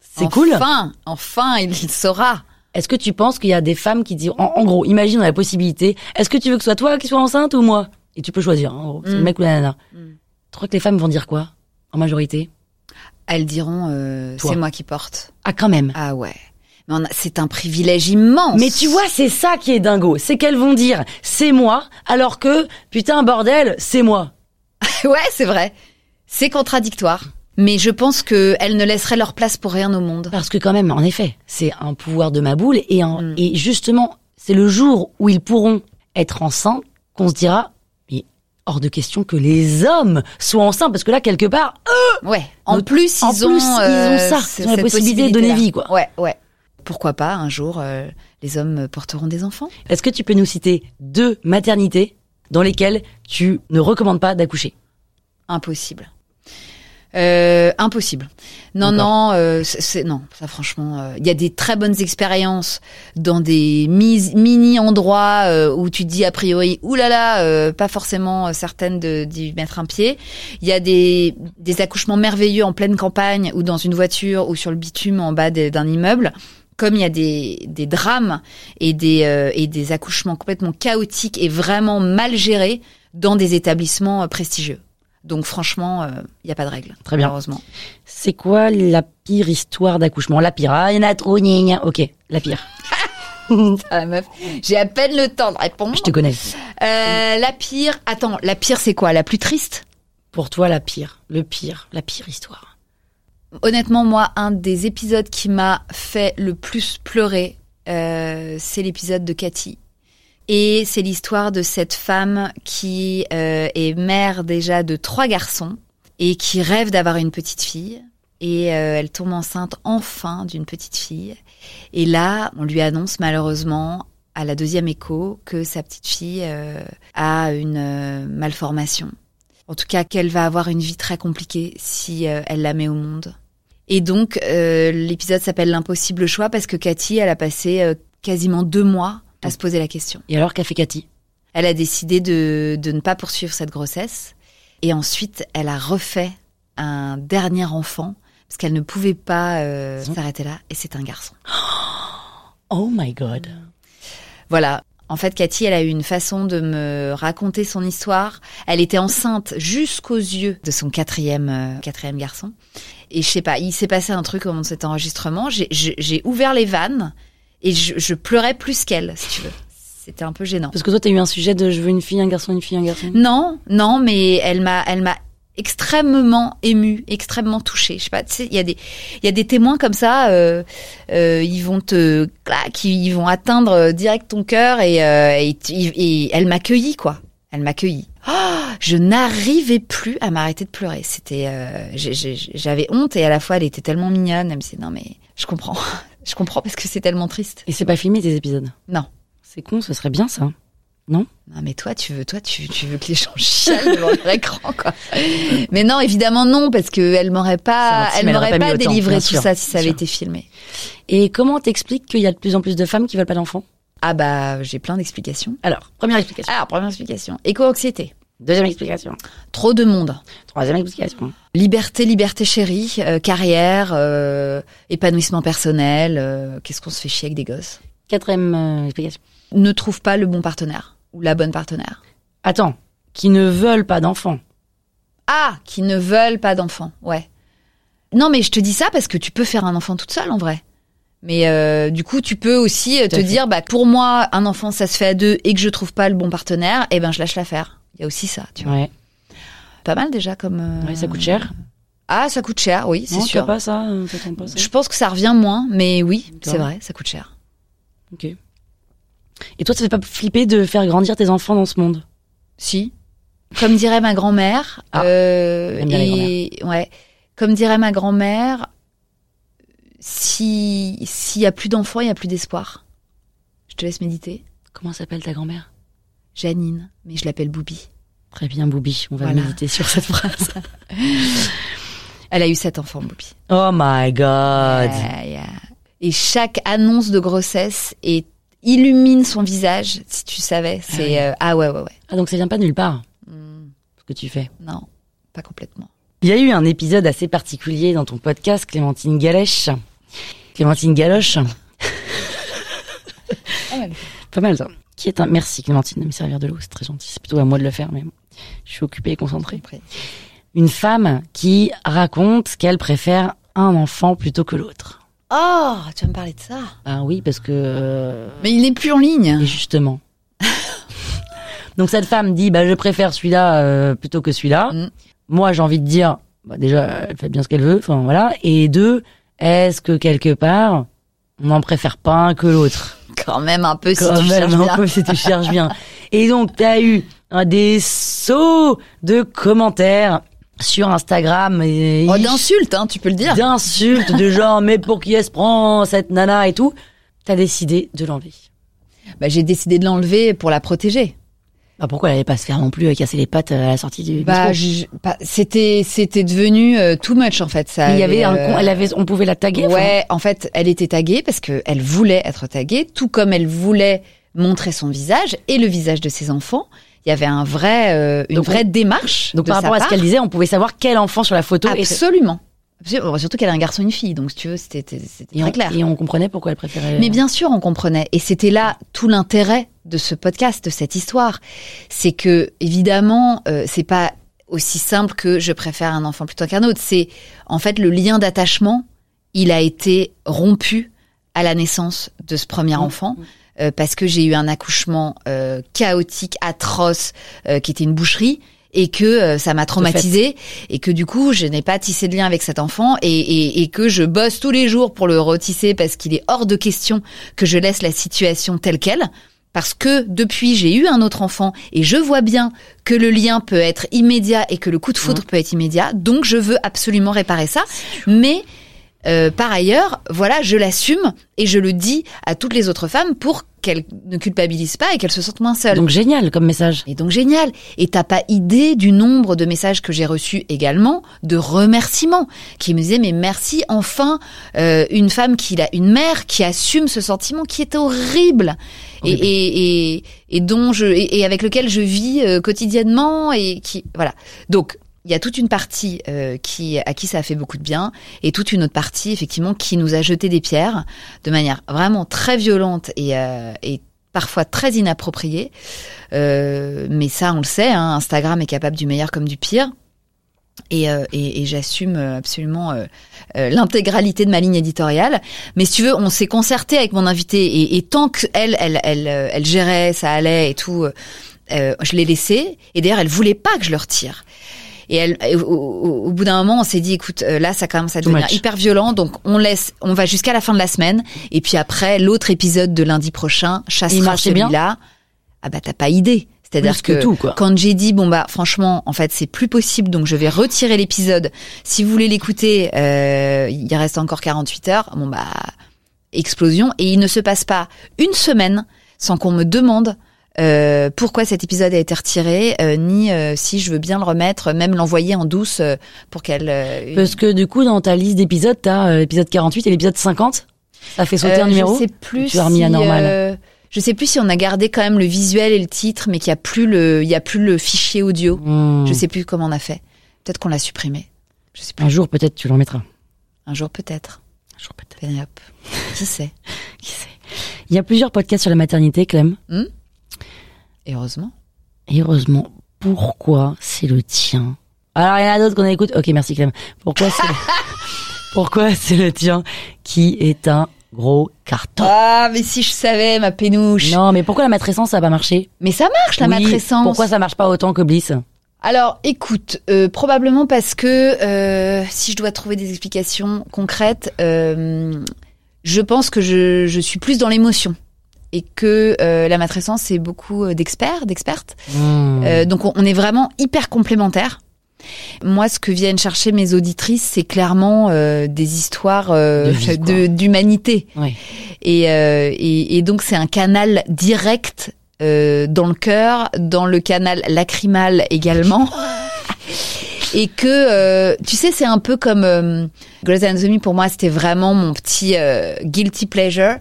c'est cool.
Enfin, enfin, il saura.
Est-ce que tu penses qu'il y a des femmes qui disent, en, en gros, imagine on a la possibilité, est-ce que tu veux que ce soit toi qui sois enceinte ou moi Et tu peux choisir, hein, en gros, c'est le mec ou la nana. Tu crois que les femmes vont dire quoi En majorité
Elles diront, euh,
Toi.
c'est moi qui porte.
Ah, quand même.
Ah ouais. Mais on a- c'est un privilège immense.
Mais tu vois, c'est ça qui est dingo. C'est qu'elles vont dire, c'est moi, alors que, putain, bordel, c'est moi.
Ouais, c'est vrai. C'est contradictoire. Mais je pense que elles ne laisseraient leur place pour rien au monde.
Parce que quand même, en effet, c'est un pouvoir de ma boule. Et, un- et justement, c'est le jour où ils pourront être enceintes qu'on se dira, mais hors de question que les hommes soient enceintes, parce que là, quelque part,
Ouais. En
Euh. Notre-
plus, ils
en
ont,
plus, ils
euh,
ont ça.
ce-
Ils ont la
cette
possibilité de donner
possibilité-là.
vie, quoi.
Ouais, ouais. Pourquoi pas un jour euh, les hommes porteront des enfants
Est-ce que tu peux nous citer deux maternités dans lesquelles tu ne recommandes pas d'accoucher
Impossible. Euh, impossible. Non, non, euh, c'est- c'est non. Ça, franchement, euh, il y a des très bonnes expériences dans des mini endroits où tu te dis a priori, oulala, là là, euh, pas forcément euh, certaine de- d'y mettre un pied. Il y a des, des accouchements merveilleux en pleine campagne ou dans une voiture ou sur le bitume en bas de- d'un immeuble. Comme il y a des, des drames et des, euh, et des accouchements complètement chaotiques et vraiment mal gérés dans des établissements euh, prestigieux. Donc franchement, euh, il n'y a pas de règle.
Très bien.
Heureusement.
C'est quoi la pire histoire d'accouchement La pire, ah, il y en a trop, gna gna. Ok, la pire.
Ah, la meuf, j'ai à peine le temps de répondre.
Je te connais.
Euh, la pire, attends, la pire c'est quoi La plus triste
Pour toi, la pire, le pire, la pire histoire.
Honnêtement, moi, un des épisodes qui m'a fait le plus pleurer, euh, c'est l'épisode de Cathy. Et c'est l'histoire de cette femme qui euh, est mère déjà de trois garçons et qui rêve d'avoir une petite fille. Et euh, elle tombe enceinte enfin d'une petite fille. Et là, on lui annonce malheureusement à la deuxième écho que sa petite fille euh, a une euh, malformation. En tout cas, qu'elle va avoir une vie très compliquée si euh, elle la met au monde. Et donc, euh, l'épisode s'appelle L'impossible choix parce que Cathy, elle a passé euh, quasiment deux mois à se poser la question.
Et alors, qu'a fait Cathy
Elle a décidé de, de ne pas poursuivre cette grossesse. Et ensuite, elle a refait un dernier enfant parce qu'elle ne pouvait pas euh,
Garçon.
s'arrêter là. Et c'est un garçon.
Oh my god.
Voilà. En fait, Cathy, elle a eu une façon de me raconter son histoire. Elle était enceinte jusqu'aux yeux de son quatrième, euh, quatrième garçon. Et je sais pas, il s'est passé un truc au moment de cet enregistrement. J'ai- J'ai j'ai ouvert les vannes et je, je pleurais plus qu'elle, si tu veux. C'était un peu gênant.
Parce que toi, t'as eu un sujet de je veux une fille, un garçon, une fille, un garçon.
Non, non, mais elle m'a, elle m'a extrêmement émue, extrêmement touchée. Je sais pas, tu sais, il y a des, il y a des témoins comme ça, euh, euh, ils vont te, clac, ils vont atteindre direct ton cœur et, euh, et, tu- et elle m'accueillit quoi. Elle m'accueillit. Ah, je n'arrivais plus à m'arrêter de pleurer. C'était, euh, j'ai- j'ai- j'avais honte et à la fois elle était tellement mignonne. Elle me disait non mais je comprends, je comprends parce que c'est tellement triste.
Et c'est pas filmé tes épisodes
Non.
C'est con, ce serait bien ça.
Non mais toi tu veux toi tu, tu veux que les gens chialent devant leur écran quoi. Mais non évidemment non parce que elle m'aurait pas
C'est intime,
elle
elle aurait
m'aurait
pas
pas,
mis autant,
délivré
bien
tout
sûr,
ça si ça
bien
avait
sûr.
été filmé.
Et comment t'expliques qu'il y a de plus en plus de femmes qui veulent pas d'enfants
Ah bah j'ai plein d'explications.
Alors, première explication.
Alors première explication, éco-anxiété,
Deuxième explication.
trop de monde.
Troisième explication.
Liberté, liberté chérie, euh, carrière, euh, épanouissement personnel, euh, qu'est-ce qu'on se fait chier avec des gosses
Quatrième euh, explication.
Ne trouve pas le bon partenaire ou la bonne partenaire.
Attends, qui ne veulent pas d'enfants.
Ah, qui ne veulent pas d'enfants, ouais. Non, mais je te dis ça parce que tu peux faire un enfant toute seule en vrai. Mais euh, du coup, tu peux aussi euh, te
à fait.
dire, bah pour moi, un enfant, ça se fait à deux et que je trouve pas le bon partenaire, eh ben je lâche l'affaire. Il y a aussi ça, tu vois.
Ouais.
Pas mal déjà comme. euh,
Ouais, ça coûte cher.
Ah, ça coûte cher, oui, c'est
Non,
sûr.
t'as pas ça, euh, t'as pas ça.
Je pense que ça revient moins, mais oui,
D'accord.
c'est vrai, ça coûte cher.
Ok. Et toi, ça fait pas flipper de faire grandir tes enfants dans ce monde
Si. Comme dirait ma grand-mère.
Ah,
euh,
j'aime bien les
et ouais. Comme dirait ma grand-mère, si s'il y a plus d'enfants, il y a plus d'espoir. Je te laisse méditer.
Comment s'appelle ta grand-mère
Janine, mais je l'appelle Boubi.
Très bien, Boubi. On va
Voilà.
méditer sur cette phrase.
Elle a eu sept enfants, Boubi.
oh my
Ah,
god.
Yeah, yeah. Et chaque annonce de grossesse est- illumine son visage, si tu savais. C'est euh, ah ouais ouais ouais.
Ah, donc ça vient pas de nulle part,
Hmm,
ce que tu fais.
non, pas complètement.
Il y a eu un épisode assez particulier dans ton podcast, Clémentine Galèche. Clémentine Galoche.
Ah
Pas mal ça. Qui est un... Merci Clémentine de me servir de l'eau, c'est très gentil. C'est plutôt à moi de le faire, mais bon, je suis occupée et concentrée. Une femme qui raconte qu'elle préfère un enfant plutôt que l'autre.
Oh, tu vas me parler de ça.
Ah oui, parce que... euh,
Mais il n'est plus en ligne.
et justement. Donc cette femme dit, bah, je préfère celui-là euh, plutôt que celui-là.
Mm.
Moi, j'ai envie de dire, bah, déjà, elle fait bien ce qu'elle veut. Enfin voilà. Et deux, est-ce que quelque part, on n'en préfère pas un que l'autre
Quand même un peu si
Quand
tu
même,
cherches
un
bien.
peu, si tu cherches bien. Et donc, t'as eu euh, des sauts de commentaires sur Instagram. Et
Oh, d'insultes, hein, tu peux le dire.
d'insultes, de genre, mais pour qui elle se prend, cette nana et tout. T'as décidé de l'enlever.
Bah, j'ai décidé de l'enlever pour la protéger.
Bah pourquoi elle allait pas se faire non plus euh, casser les pattes euh, à la sortie du
Bah,
bistrot
je- bah, c'était c'était devenu euh, too much en fait. Ça
Mais Bah, il y avait un
euh,
con, elle avait, on pouvait la taguer. enfin.
Ouais, en fait, elle était taguée parce que elle voulait être taguée, tout comme elle voulait montrer son visage et le visage de ses enfants. Il y avait un vrai, euh, une
Donc,
vraie démarche.
Donc
de
par
sa
rapport à ce
part.
qu'elle disait, on pouvait savoir quel enfant sur la photo était.
absolument. Absolument. Surtout qu'elle a un garçon et une fille, donc si tu veux, c'était c'était
Et on,
très clair.
et on comprenait pourquoi elle préférait.
Mais bien sûr, on comprenait. Et c'était là tout l'intérêt de ce podcast, de cette histoire. C'est que, évidemment, euh, c'est pas aussi simple que je préfère un enfant plutôt qu'un autre. C'est, en fait, le lien d'attachement, il a été rompu à la naissance de ce premier enfant. euh, parce que j'ai eu un accouchement euh, chaotique, atroce, euh, qui était une boucherie, et que euh, ça m'a traumatisée, et que du coup, je n'ai pas tissé de lien avec cet enfant, et, et, et que je bosse tous les jours pour le retisser, parce qu'il est hors de question que je laisse la situation telle qu'elle. Parce que depuis, j'ai eu un autre enfant et je vois bien que le lien peut être immédiat et que le coup de foudre peut être immédiat. Donc, je veux absolument réparer ça. Mais euh, par ailleurs, voilà, je l'assume et je le dis à toutes les autres femmes pour qu'elles ne culpabilisent pas et qu'elles se sentent moins seules.
euh, Donc génial comme message.
Et donc génial. Et t'as pas idée du nombre de messages que j'ai reçus également de remerciements qui me disaient mais merci enfin euh, une femme qui a une mère qui assume ce sentiment qui est horrible et,
Horrible.
et, et, et dont je et, et avec lequel je vis euh, quotidiennement et qui voilà donc il y a toute une partie euh, qui à qui ça a fait beaucoup de bien et toute une autre partie effectivement qui nous a jeté des pierres de manière vraiment très violente et, euh, et parfois très inappropriée. Euh, mais ça, on le sait, hein, Instagram est capable du meilleur comme du pire. Et, euh, et- et j'assume euh, absolument euh, euh, l'intégralité de ma ligne éditoriale. Mais si tu veux, on s'est concerté avec mon invité et, et tant que elle, elle, elle, euh, elle gérait, ça allait et tout, euh, euh, je l'ai laissée. Et d'ailleurs, elle voulait pas que je le retire. Et elle, et au, au- au bout d'un moment, on s'est dit, écoute, euh, là, ça commence à
Too
devenir
much.
hyper violent, donc on laisse, on va jusqu'à la fin de la semaine, et puis après, l'autre épisode de lundi prochain
Il
chassera
marchait bien
celui-là. Ah bah t'as pas idée. C'est-à-dire
Plus que tout, quoi.
quand j'ai dit bon bah franchement en fait c'est plus possible donc je vais retirer l'épisode. Si vous voulez l'écouter, euh, il reste encore 48 heures. Bon bah explosion et il ne se passe pas une semaine sans qu'on me demande euh, pourquoi cet épisode a été retiré euh, ni euh, si je veux bien le remettre, même l'envoyer en douce euh, pour qu'elle. euh,
Parce que du coup dans ta liste d'épisodes, t'as euh, l'épisode 48 et l'épisode 50. Ça fait sauter
Euh,
un numéro.
Je sais plus
Tu as remis
si,
à normal.
euh, je sais plus si on a gardé quand même le visuel et le titre, mais qu'il y a plus le, il y a plus le fichier audio.
Hmm.
Je sais plus comment on a fait. Peut-être qu'on l'a supprimé. Je sais plus.
Un jour peut-être tu l'en mettras.
Un jour peut-être.
Un jour peut-être.
Pénélope. Qui sait
Qui sait. Il y a plusieurs podcasts sur la maternité, Clem.
Et heureusement.
Et heureusement, pourquoi c'est le tien Alors il y en a d'autres qu'on écoute. Ok, merci Clem. Pourquoi c'est pourquoi c'est le tien qui est un gros carton
Ah, mais si je savais, ma pénouche.
Non, mais pourquoi la matrescence ça va marcher
Mais ça marche, Oh, la
Oui,
matrescence.
Pourquoi ça marche pas autant que Bliss
Alors, écoute, euh, probablement parce que euh, si je dois trouver des explications concrètes, euh, je pense que je, je suis plus dans l'émotion et que euh, la matrescence c'est beaucoup euh, d'experts, d'expertes. Euh, donc on, on est vraiment hyper complémentaires. Moi, ce que viennent chercher mes auditrices, c'est clairement euh, des histoires euh,
De vie, quoi.
de- d'humanité.
Oui.
Et, euh, et, et donc c'est un canal direct euh, dans le cœur, dans le canal lacrymal également. Et que, euh, tu sais, c'est un peu comme euh, Grey's Anatomy, pour moi, c'était vraiment mon petit euh, guilty pleasure.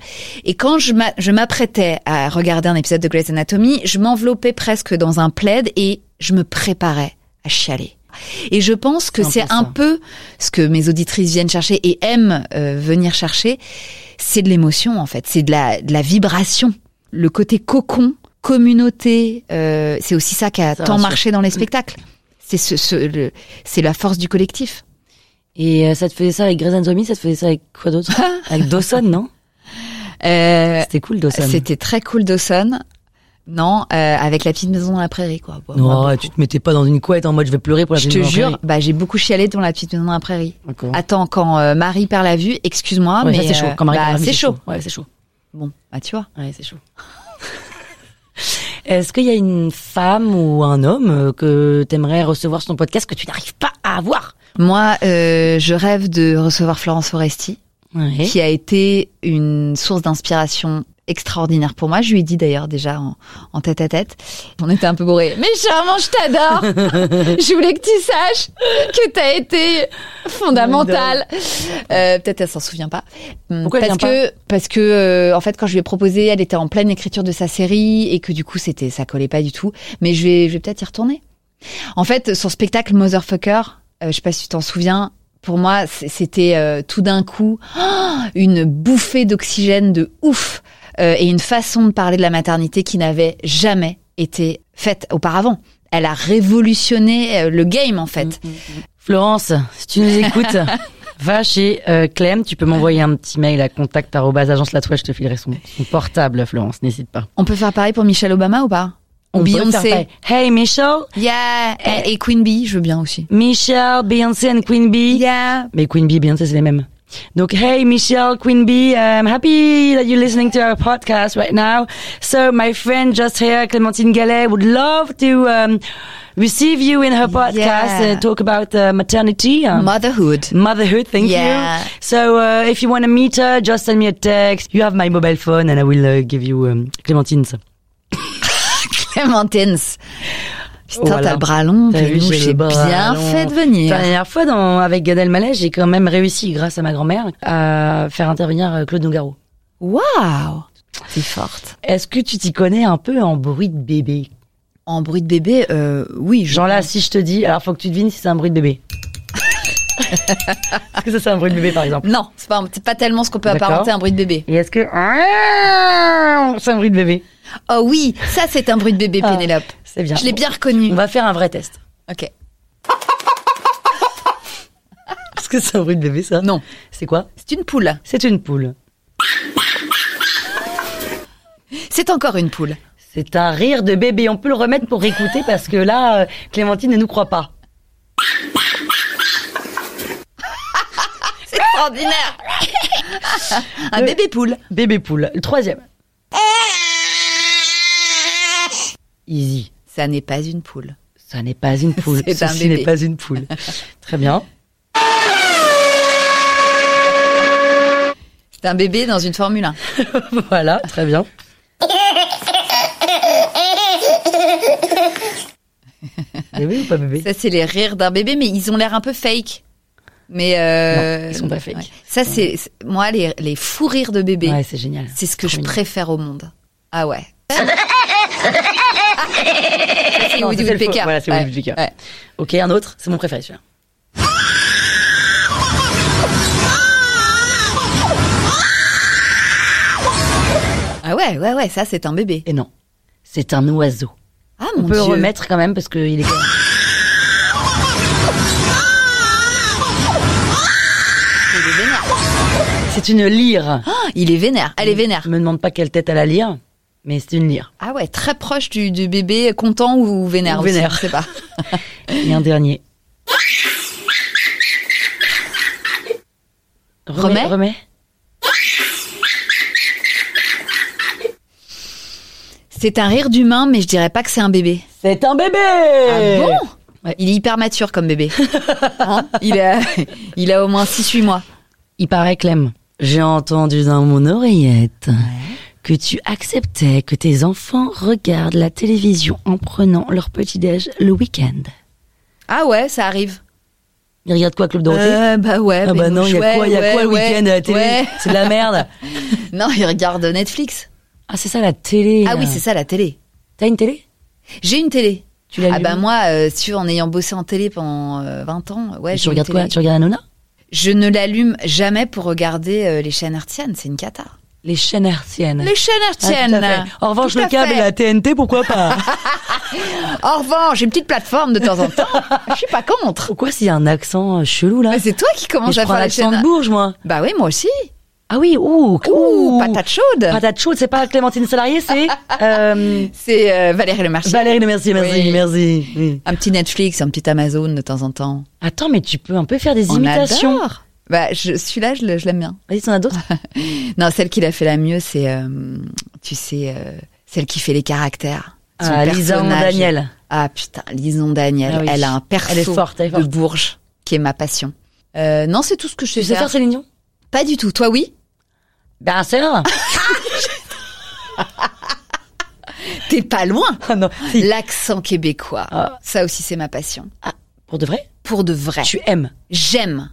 Et quand je m'a- je m'apprêtais à regarder un épisode de Grey's Anatomy, je m'enveloppais presque dans un plaid et je me préparais à chialer. Et je pense que
C'est un
c'est
peu
un
ça.
peu ce que mes auditrices viennent chercher et aiment euh, venir chercher, c'est de l'émotion en fait, c'est de la, de la vibration, le côté cocon, communauté, euh, c'est aussi ça qui a
Ça
tant
rassure.
marché dans les spectacles. C'est ce, ce- le- c'est la force du collectif.
Et euh, ça te faisait ça avec Grey's Anatomy, ça te faisait ça avec quoi d'autre Avec Dawson, non
Euh,
C'était cool Dawson.
C'était très cool Dawson. Non, euh, avec la petite maison dans la prairie quoi. Bah,
Non,
bah,
tu te mettais pas dans une couette en mode je vais pleurer pour la
je te
petite
jure,
Marguerite.
bah, j'ai beaucoup chialé dans la petite maison dans la prairie.
D'accord.
Attends, quand euh, Marie perd la vue, excuse-moi,
Ouais,
mais
ça, c'est chaud.
euh,
Quand Marie
bah,
Carré,
c'est chaud.
Ouais, c'est chaud.
Bon, bah tu vois.
Ouais, c'est chaud. Est-ce qu'il y a une femme ou un homme euh, que t'aimerais recevoir sur ton podcast que tu n'arrives pas à avoir
Moi, euh, je rêve de recevoir Florence Foresti.
Ouais.
qui a été une source d'inspiration extraordinaire pour moi. Je lui ai dit d'ailleurs déjà en, en tête à tête. On était un peu bourrés. Mais charmant, je t'adore. je voulais que tu saches que t'as été fondamentale. Euh, Peut-être elle s'en souvient pas. Hum,
Pourquoi elle
parce
vient
que parce que euh, en fait quand je lui ai proposé, elle était en pleine écriture de sa série et que du coup c'était ça collait pas du tout. Mais je vais je vais peut-être y retourner. En fait, son spectacle Motherfucker, euh, je sais pas si tu t'en souviens, pour moi, c- c'était euh, tout d'un coup ah, une bouffée d'oxygène de ouf euh, et une façon de parler de la maternité qui n'avait jamais été faite auparavant. Elle a révolutionné euh, le game en fait.
Mm, Florence, si tu nous écoutes, va chez euh, Clem. Tu peux m'envoyer un petit mail à contact agence la je te filerai son, son portable, Florence. N'hésite pas.
On peut faire pareil pour Michelle Obama ou pas Ou
peut faire
Beyoncé
pareil. Hey Michelle,
Yeah et, et Queen Bee, je veux bien aussi.
Michelle, Beyoncé and Queen Bee.
Yeah
Mais Queen Bee et Beyoncé, c'est les mêmes. Donc, hey, Michelle, Queen Bee, I'm happy that you're listening to our podcast right now. So, my friend just here, Clementine Gallet, would love to um, receive you in her podcast
Yeah.
and talk about uh, maternity. um,
Motherhood.
Motherhood, thank
Yeah.
you. So, uh, if you want to meet her, just send me a text. You have my mobile phone, and I will uh, give you um, Clementine's.
Clementines. Putain,
Oh, Voilà.
t'as le bras long,
T'as vu,
Pénouche,
j'ai le
j'ai
bras
bien
long.
fait de venir.
Enfin, La dernière fois, dans, avec Gad Elmaleh, j'ai quand même réussi, grâce à ma grand-mère, à faire intervenir euh, Claude Nougaro.
Waouh T'es forte.
Est-ce que tu t'y connais un peu en bruit de bébé
En bruit de bébé, euh, oui, je-
Genre là, si je te dis, alors faut que tu devines si c'est un bruit de bébé. est-ce que ça c'est un bruit de bébé par exemple
Non, c'est pas, c'est pas tellement ce qu'on peut
D'accord.
apparenter à un bruit de bébé.
Et est-ce que Ah, c'est un bruit de bébé
Oh oui, ça c'est un bruit de bébé,
Ah.
Pénélope.
C'est bien.
Je l'ai bien reconnu.
On va faire un vrai test.
Ok.
Est-ce que c'est un bruit de bébé ça
Non,
C'est quoi
c'est une poule.
C'est une poule.
C'est encore une poule.
C'est un rire de bébé. On peut le remettre pour écouter parce que là, euh, Clémentine ne nous croit pas.
C'est extraordinaire. un bébé poule.
Euh, Bébé poule. Le troisième. Easy.
Ça n'est pas une poule.
Ça n'est pas une poule.
C'est un
Ceci
bébé.
n'est pas une poule. Très bien.
C'est un bébé dans une Formule 1.
voilà, très bien. bébé Eh ou pas bébé
Ça c'est les rires d'un bébé, mais ils ont l'air un peu fake. Mais euh,
Non, ils sont pas fake.
Ça c'est c'est- moi les, les fous rires de bébé.
Ouais, c'est génial.
C'est ce que je
Trop
préfère au monde. Ah ouais. Ça, c'est
Non,
Woody
ça, c'est le faux.
Woodpecker.
Voilà, c'est
Ouais,
Woody Woodpecker.
ouais.
mignon. Ok, un autre, c'est mon préféré celui-là.
Ah ouais, ouais, ouais, ça c'est un bébé.
Et non, c'est un oiseau.
Ah
On
mon
peut
dieu.
remettre quand même parce qu'il est. quand même-
Il est vénère.
C'est une lyre.
Ah, il est vénère. Elle est vénère.
Me demande pas quelle tête elle a lyre, mais c'est une lyre.
Ah ouais, très proche du, du bébé content ou vénère.
Ou
aussi,
vénère.
je sais pas.
Et un dernier.
Remets
Remets.
C'est un rire d'humain, mais je dirais pas que c'est un bébé.
C'est un bébé
Ah bon Il est hyper mature comme bébé. Hein il, a, il a au moins 6-8 mois.
Il paraît, Clem, j'ai entendu dans mon oreillette que tu acceptais que tes enfants regardent la télévision en prenant leur petit-déj le week-end.
Ah ouais, ça arrive.
Ils regardent quoi, Club Dorothée
Euh, bah ouais.
Ah
mais
bah non,
mouche,
il y a
ouais,
quoi, il y a
ouais,
quoi le
ouais,
week-end à la télé
ouais.
C'est de la merde.
Non, il regarde Netflix.
Ah, c'est ça la télé.
Ah oui,
là.
c'est ça la télé.
T'as une télé
J'ai une télé.
Tu l'as
Ah
lu
bah moi, euh, tu en ayant bossé en télé pendant euh, 20 ans, ouais.
Et
j'ai
Tu
une
regardes
télé.
quoi Tu regardes Anona
Je ne l'allume jamais pour regarder euh, les chaînes hertziennes, c'est une cata.
Les chaînes hertziennes.
Les chaînes
Ah, tout à
hertziennes.
fait. En revanche,
Tout
le
à
câble
fait.
et la TNT, pourquoi pas
En revanche, j'ai une petite plateforme de temps en temps. Je suis pas contre.
Pourquoi s'il y a un accent euh, chelou là
Mais c'est toi qui
Mais
commences
Je
à
prends
faire la
l'accent
chaîne.
de Bourges, moi.
Bah oui, moi aussi.
Ah oui, ouh,
Ouh, patate chaude.
Patate chaude, c'est pas Clémentine Salarié, c'est euh,
C'est euh, Valérie Le Marchand.
Valérie Le Mercier, merci,
Oui.
merci. oui.
Un petit Netflix, un petit Amazon de temps en temps.
Attends, mais tu peux un peu faire des
On
imitations.
adore. Bah, je, celui-là, je, le- je l'aime bien.
Vas-y, t'en as d'autres
Non, celle qui l'a fait la mieux, c'est, euh, tu sais, euh, celle qui fait les caractères. Son
Ah, Lisa
personnage.
Daniel.
Ah putain, Lison Daniel.
Ah oui.
Elle a un perso
Elle est forte, elle est
de
forte.
Bourges, qui est ma passion. Euh, non, c'est tout ce que je sais
Tu sais
faire.
faire Céline Dion
Pas du tout. Toi, oui
Ben, c'est là.
T'es pas loin.
Ah non, si.
L'accent québécois,
Ah.
ça aussi, c'est ma passion.
Pour de vrai
Pour de vrai.
Tu aimes.
J'aime.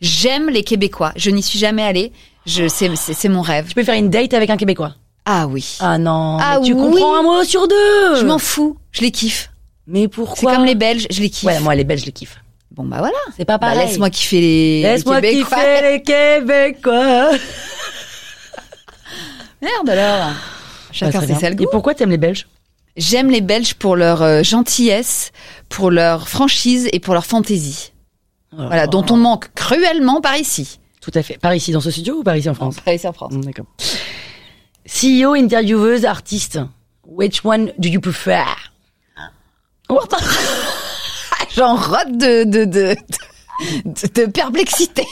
J'aime les Québécois. Je n'y suis jamais allée. Je, c'est, c'est, c'est mon rêve.
Tu peux faire une date avec un Québécois
Ah oui.
Ah non,
Ah
mais tu
oui.
comprends un mot sur deux
Je m'en fous. Je les kiffe.
Mais pourquoi
C'est comme les Belges. Je les kiffe.
Ouais, moi les Belges, je les kiffe.
Bon, bah voilà.
C'est pas
Bah,
pareil.
laisse-moi kiffer les, les
Laisse-moi
Québécois.
kiffer les Québécois.
Merde alors.
Ouais,
Chacun
très
ses
bien.
salgoûts.
Et pourquoi t'aimes les Belges
J'aime les Belges pour leur euh, gentillesse, pour leur franchise et pour leur fantaisie.
Oh.
Voilà, dont on manque cruellement par ici.
Tout à fait. Par ici, dans ce studio ou par ici en France
Par ici en France.
Mm, D'accord. CEO, intervieweuse, artiste. Which one do you prefer Oh, pardon.
J'en rote de, de, de, de, de perplexité.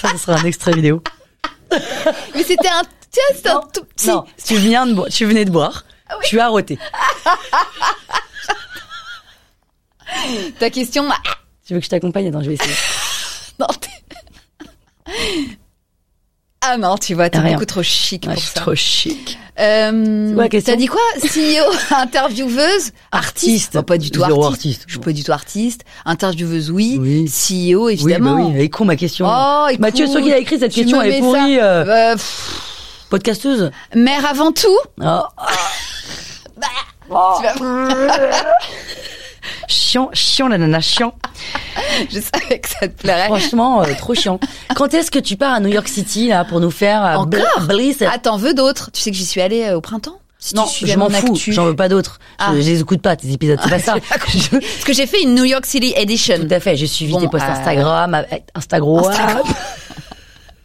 Ça, ce sera un extrait vidéo.
Mais c'était un, tiens, c'était un tout petit.
Non, Ah tu, viens de bo- tu venais de boire. Tu as roté.
Ta question, ah,
Tu veux que je t'accompagne Attends, je vais essayer.
non, t'es- Ah non, tu vois, t'es
Rien.
beaucoup trop chic
Ah, je
pour
suis
ça.
trop chic.
Euh,
quoi la question
T'as dit quoi CEO, intervieweuse, artiste.
Artiste.
Bon, pas du tout
Zéro
artiste.
artiste.
Je suis pas du tout artiste. Intervieweuse, oui.
Oui.
CEO,
Oui, bah
évidemment.
oui, elle est con ma question.
Oh, écoute,
Mathieu, ceux qui a écrit cette
tu
question,
me
elle est
mets ça.
pourrie. euh,
Euh, pff,
Podcasteuse
mère avant tout.
Oh.
Tu vas-
Chiant, chiant la nana, chiant.
Je savais que ça te plairait.
Franchement, euh, trop chiant. Quand est-ce que tu pars à New York City là pour nous faire euh,
Encore
bl- bliss
Ah, t'en veux d'autres Tu sais que j'y suis allée euh, au printemps Si
Non,
tu suivais
je m'en
mon
fous.
actu.
J'en veux pas d'autres.
Ah.
Je, je les écoute pas tes épisodes. C'est pas ça. Je-
Parce que j'ai fait une New York City Edition.
tout à fait. J'ai suivi
Bon,
tes posts
euh,
Instagram, euh, Instagram.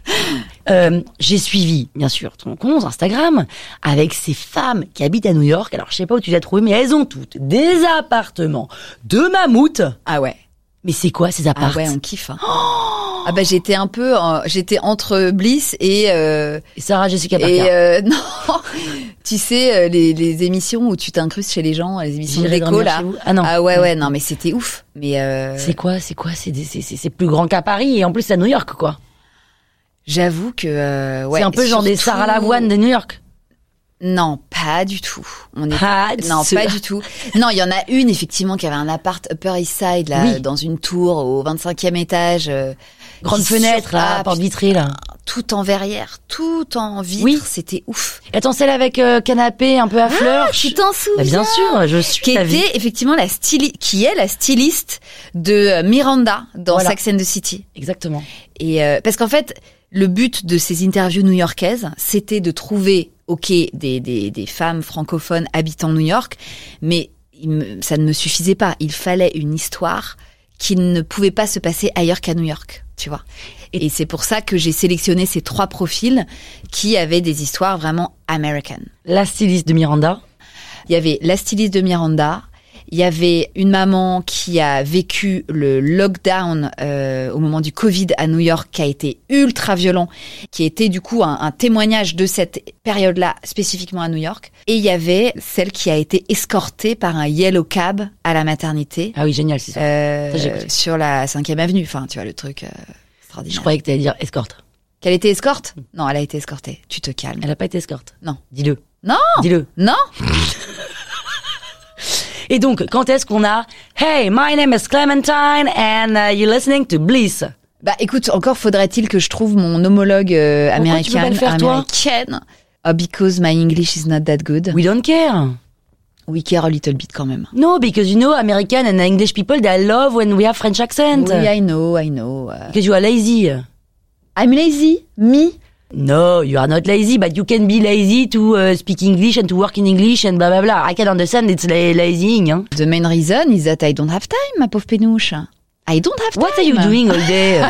Euh, j'ai suivi, bien sûr, ton compte Instagram avec ces femmes qui habitent à New York. Alors, je sais pas où tu les as trouvées, mais elles ont toutes des appartements de mammouth.
Ah ouais.
Mais c'est quoi ces
Ah
appartements
ouais, on kiffe. hein.
Oh
ah bah j'étais un peu, en- j'étais entre Bliss et euh,
Sarah Jessica Parker.
et euh, non, tu sais euh, les, les émissions où tu t'incrustes chez les gens, les émissions
J'irai
déco
dormir
là.
chez vous. Ah non.
Ah ouais ouais non mais c'était ouf. Mais euh,
C'est quoi, c'est quoi, c'est des- c'est- c'est c'est plus grand qu'à Paris et en plus c'est à New York quoi.
j'avoue que euh, ouais.
c'est un peu genre des
surtout-
Sarah Lavoine de New York.
Non, pas du tout. On est
Ah,
non,
ce-
pas du tout. Non, il y en a une effectivement qui avait un appart Upper East Side là,
Oui.
dans une tour au 25e étage, euh,
Grande
qui
fenêtre là,
surplombe-
porte vitrée là.
tout en verrière, tout en vitre,
Oui.
c'était ouf.
Et Attends, celle avec euh, canapé un peu
Ah,
à fleurs.
Tu
je-
t'en
Bah,
souviens
bien sûr, je suis
Qui
ta vie.
était effectivement la styliste, qui est la styliste de euh, Miranda dans
Voilà.
Sax and the City.
Exactement.
Et euh, parce qu'en fait, le but de ces interviews new-yorkaises, c'était de trouver, ok, des, des, des femmes francophones habitant New York, mais il me- ça ne me suffisait pas. Il fallait une histoire qui ne pouvait pas se passer ailleurs qu'à New York. tu vois. Et c'est pour ça que j'ai sélectionné ces trois profils qui avaient des histoires vraiment American.
La styliste de Miranda.
Il y avait la styliste de Miranda. Il y avait une maman qui a vécu le lockdown euh, au moment du Covid à New York, qui a été ultra violent, qui était du coup un, un témoignage de cette période-là spécifiquement à New York. Et il y avait celle qui a été escortée par un yellow cab à la maternité
Ah oui, génial, c'est ça.
euh,
Ça, j'ai écouté.
sur la 5e avenue. Enfin, tu vois le truc euh,
Je
extraordinaire.
croyais que t'allais dire escorte.
Qu'elle était escorte Non, elle a été escortée. Tu te calmes.
Elle n'a pas été escorte.
Non.
Dis-le.
Non
Dis-le.
Non
Et donc, quand est-ce qu'on a Hey, my name is Clementine and uh, you're listening to Bliss.
Bah écoute, encore faudrait-il que je trouve mon homologue euh,
Pourquoi tu peux pas
américain.
le faire, toi
américaine. Oh, because my English is not that good.
We don't care.
We care a little bit quand même.
No, because you know, American and English people, they love when we have French accent.
Oui, I know, I know. euh.
Because you are lazy.
I'm lazy, me.
No, you are not lazy, but you can be lazy to uh, speak English and to work in English and blah blah blah. I can understand it's la lazying. Hein.
The main reason is that I don't have time, ma pauvre pénouche. I don't have time.
What are you doing all day?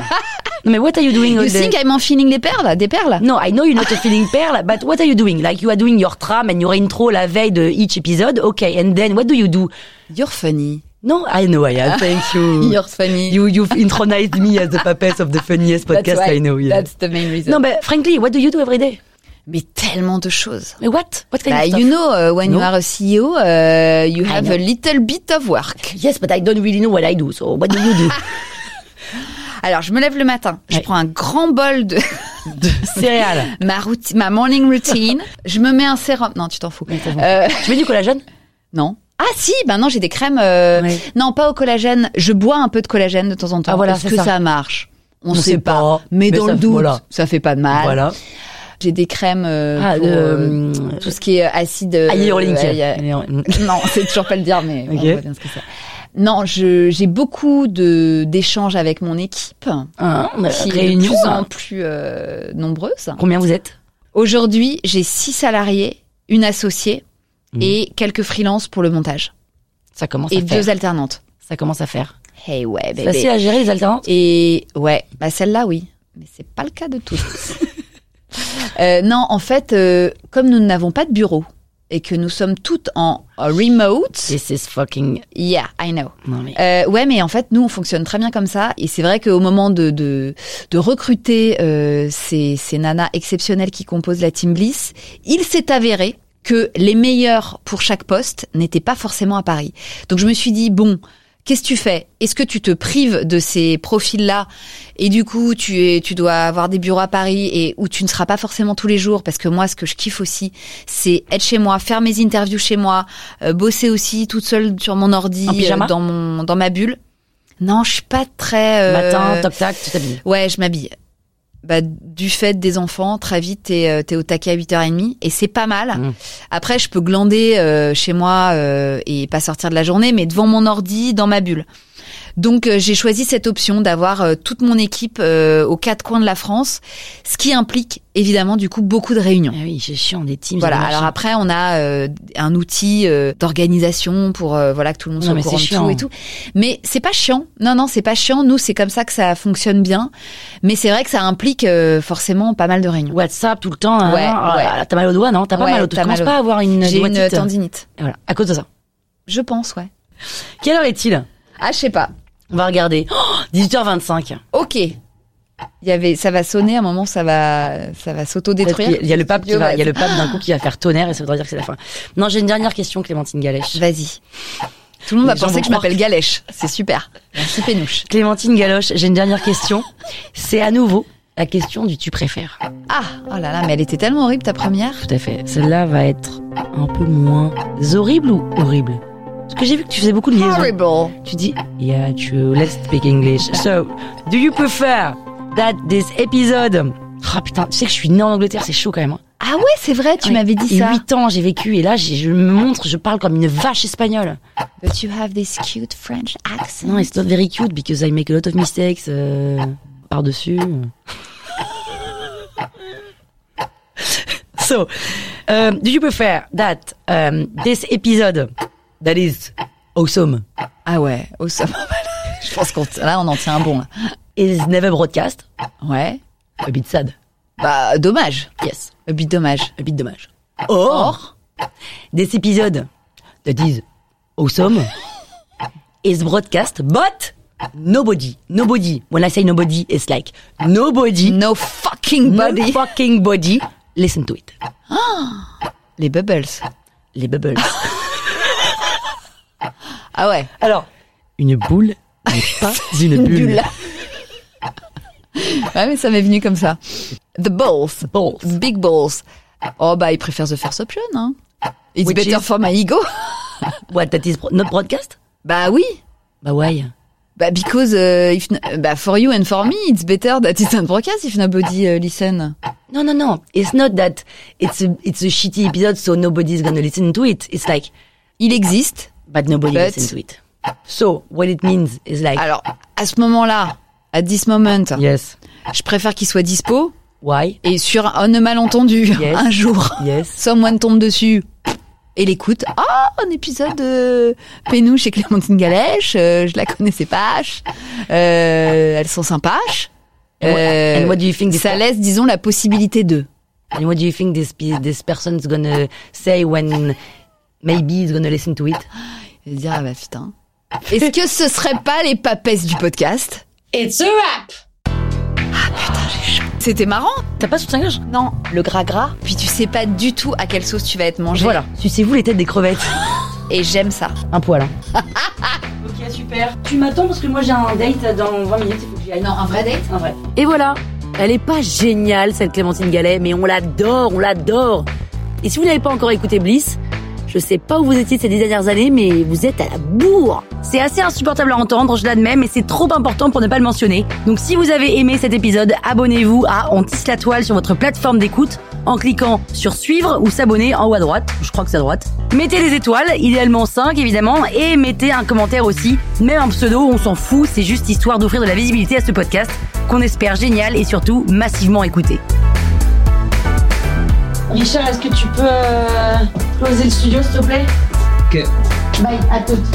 no, mais what are you doing all
You
day?
think I'm feeling les perles, des perles
No, I know you're not a feeling perle, but what are you doing? Like you are doing your tram and your intro la veille de each episode. Okay, and then what do you do?
You're funny.
No, I know I am. Thank you.
You're funny.
Mm. you you've intronized me as the papest of the funniest
That's
podcast
why-
I know. Yeah.
That's the main reason.
No, but frankly, what do you do every day?
Mais tellement de choses.
Mais what? What kind
Bah,
of stuff?
you know, uh, when
No.
you are a CEO, uh, you have
know.
a little bit of work.
Yes, but I don't really know what I do. So what do you do?
Alors, je me lève le matin, je
Ouais.
prends un grand bol de,
Céréales.
ma routine, ma morning routine. je me mets un sérum. Non, tu t'en fous. Euh,
Tu mets du collagène?
non. Ah si, ben non, j'ai des crèmes. euh,
Ouais.
Non, pas au collagène. Je bois un peu de collagène de temps en temps.
Ah, voilà,
Est-ce
c'est
que
ça.
ça, marche On,
On
sait,
sait
pas.
pas,
Mais,
mais
dans
ça-
le doute,
voilà.
ça fait pas de mal.
Voilà.
J'ai des crèmes euh,
Ah,
pour
de,
euh,
hum,
tout ce qui est acide.
Ah,
euh,
Hyaluronique.
euh, euh, Non, c'est toujours pas le dire, mais
Ok.
on voit bien ce que c'est. Non, je- j'ai beaucoup de d'échanges avec mon équipe
Ah, on a
qui
réunion.
est de plus en
hein.
plus euh, nombreuse.
Combien vous êtes
Aujourd'hui, j'ai six salariés, une associée et quelques freelances pour le montage
Mm. Ça commence
et
à faire.
deux alternantes.
Ça commence à faire.
Hey ouais,
C'est
bébé.
Facile à gérer les alternances
Et ouais, bah celle-là oui, mais c'est pas le cas de tous. Euh, non, en fait, euh, comme nous n'avons pas de bureau et que nous sommes toutes en en remote,
This is fucking.
yeah, I know.
Non mais.
Euh, ouais, mais en fait, nous, on fonctionne très bien comme ça. Et c'est vrai qu'au moment de, de, de recruter euh, ces, ces nanas exceptionnelles qui composent la Team Bliss, il s'est avéré que les meilleurs pour chaque poste n'étaient pas forcément à Paris. Donc je me suis dit, bon, qu'est-ce que tu fais Est-ce que tu te prives de ces profils-là et du coup, tu, es, tu dois avoir des bureaux à Paris et où tu ne seras pas forcément tous les jours Parce que moi, ce que je kiffe aussi, c'est être chez moi, faire mes interviews chez moi, euh, bosser aussi toute seule sur mon ordi,
En pyjama
euh, dans mon dans ma bulle. Non, je suis pas très euh,
Matin, toc tac, tu t'habilles.
Ouais, je m'habille. Bah, du fait des enfants, très vite, t'es euh, t'es au taquet à 8h30 et c'est pas mal.
Mm.
Après, je peux glander euh, chez moi euh, et pas sortir de la journée, mais devant mon ordi, dans ma bulle. Donc, euh, j'ai choisi cette option d'avoir euh, toute mon équipe euh, aux quatre coins de la France, ce qui implique évidemment du coup beaucoup de réunions.
Ah oui, c'est chiant des teams.
Voilà.
des machins.
Alors après, on a euh, un outil euh, d'organisation pour euh, voilà que tout le monde
Non,
soit
mais
au courant de
c'est
tout
chiant.
et tout. Mais c'est pas chiant. Non, non, c'est pas chiant. Nous, c'est comme ça que ça fonctionne bien. Mais c'est vrai que ça implique euh, forcément pas mal de réunions.
WhatsApp tout le temps. hein.
Ouais,
Ah,
ouais.
là, T'as mal au doigt, non T'as pas
Ouais,
mal au doigt.
t'as
Tu commences
mal au-
pas à avoir une
J'ai une
doigtite.
tendinite.
Voilà, à cause de ça.
Je pense, ouais.
Quelle heure est-il
Ah, je sais pas.
On va regarder. Oh, 18h25.
Ok. Il y avait, ça va sonner à un moment, ça va, ça
Il y
va
a-
s'auto-détruire.
il y a le pape qui
Studio
va,
Rêve.
il y a le pape d'un coup qui va faire tonnerre et ça voudra dire que c'est la fin. Non, j'ai une dernière question, Clémentine Galèche.
Vas-y. Tout le
Les
monde va
gens
penser
vont
que je
croire.
m'appelle Galèche. C'est super. Merci Pénouche.
Clémentine Galoche, j'ai une dernière question. C'est à nouveau la question du tu préfères.
Ah, oh là là, mais elle était tellement horrible ta première.
Tout à fait. Celle-là va être un peu moins horrible ou horrible Parce que j'ai vu que tu faisais beaucoup de liaisons.
Horrible.
Tu dis, yeah, true, let's speak English. So, do you prefer that this episode... Ah putain, tu sais que je suis née en Angleterre, c'est chaud quand même. hein.
Ah ouais, c'est vrai, tu
Ouais.
m'avais dit
Et
ça.
8 ans j'ai vécu et là j'ai- je me montre, je parle comme une vache espagnole.
But you have this cute French accent.
Non, it's not very cute because I make a lot of mistakes euh, par-dessus. so, um, do you prefer that um, this episode that is awesome
oh, Ah ouais, au sommet. Je pense qu'on là on en tient un bon. là.
is never broadcast.
Ouais.
A bit sad.
Bah, dommage.
Yes.
Un bit dommage.
A bit dommage. Or, des épisodes that is awesome is broadcast, but nobody, nobody. When I say nobody, it's like nobody,
No fucking
no
body.
fucking body. Listen to it.
Les bubbles.
Les bubbles.
Ah ouais.
Alors, une boule n'est pas une bulle.
ouais, mais ça m'est venu comme ça. The balls.
Balls.
Big balls. Oh, bah, il préfère The First Option, hein. It's
Which
better
is-
for my ego.
What, that is bro- not broadcast?
bah oui.
Bah why?
Bah, because, uh, if, n- bah, for you and for me, it's better that it's not broadcast if nobody uh, listen.
No, no, no. It's not that it's a, it's a shitty episode, so nobody's gonna listen to it. It's like,
Il existe.
but nobody
But-
listens to it. So, what it means is like,
Alors, à ce moment-là, at this moment,
yes,
je préfère qu'il soit dispo
why?
et sur un malentendu,
Yes.
un jour,
Yes.
someone tombe dessus et l'écoute. Ah, un épisode de Pénouche et Clémentine Galèche, euh, je la connaissais pas, ch- euh, elles sont sympas. ch-
And what-
Euh,
and what do you think this-
ça laisse, disons, la possibilité de.
And what do you think this pe- this person's gonna say when maybe he's gonna listen to it?
Et dire, ah bah putain. Est-ce que ce serait pas les papesses du podcast Ah,
It's a wrap.
C'était marrant.
T'as pas sous gage
Non, le gras-gras. Puis tu sais pas du tout à quelle sauce tu vas être mangé.
Voilà. Sucez-vous les têtes des crevettes.
Et j'aime ça.
Un poil. hein. ok, super. Tu m'attends parce que moi j'ai un date dans 20 minutes, il faut que j'y aille.
Non, un vrai date
Un vrai. Et voilà. Elle est pas géniale, cette Clémentine Gallet, mais on l'adore, on l'adore. Et si vous n'avez pas encore écouté Bliss, je sais pas où vous étiez ces dix dernières années, mais vous êtes à la bourre. C'est assez insupportable à entendre, je l'admets, mais c'est trop important pour ne pas le mentionner. Donc si vous avez aimé cet épisode, abonnez-vous à On tisse la toile sur votre plateforme d'écoute en cliquant sur suivre ou s'abonner en haut à droite. Je crois que c'est à droite. Mettez des étoiles, idéalement 5 évidemment, et mettez un commentaire aussi, même un pseudo, on s'en fout, c'est juste histoire d'offrir de la visibilité à ce podcast qu'on espère génial et surtout massivement écouté.
Richard, est-ce que tu peux euh, closer le studio, s'il te plaît
Que-
Bye, à toutes.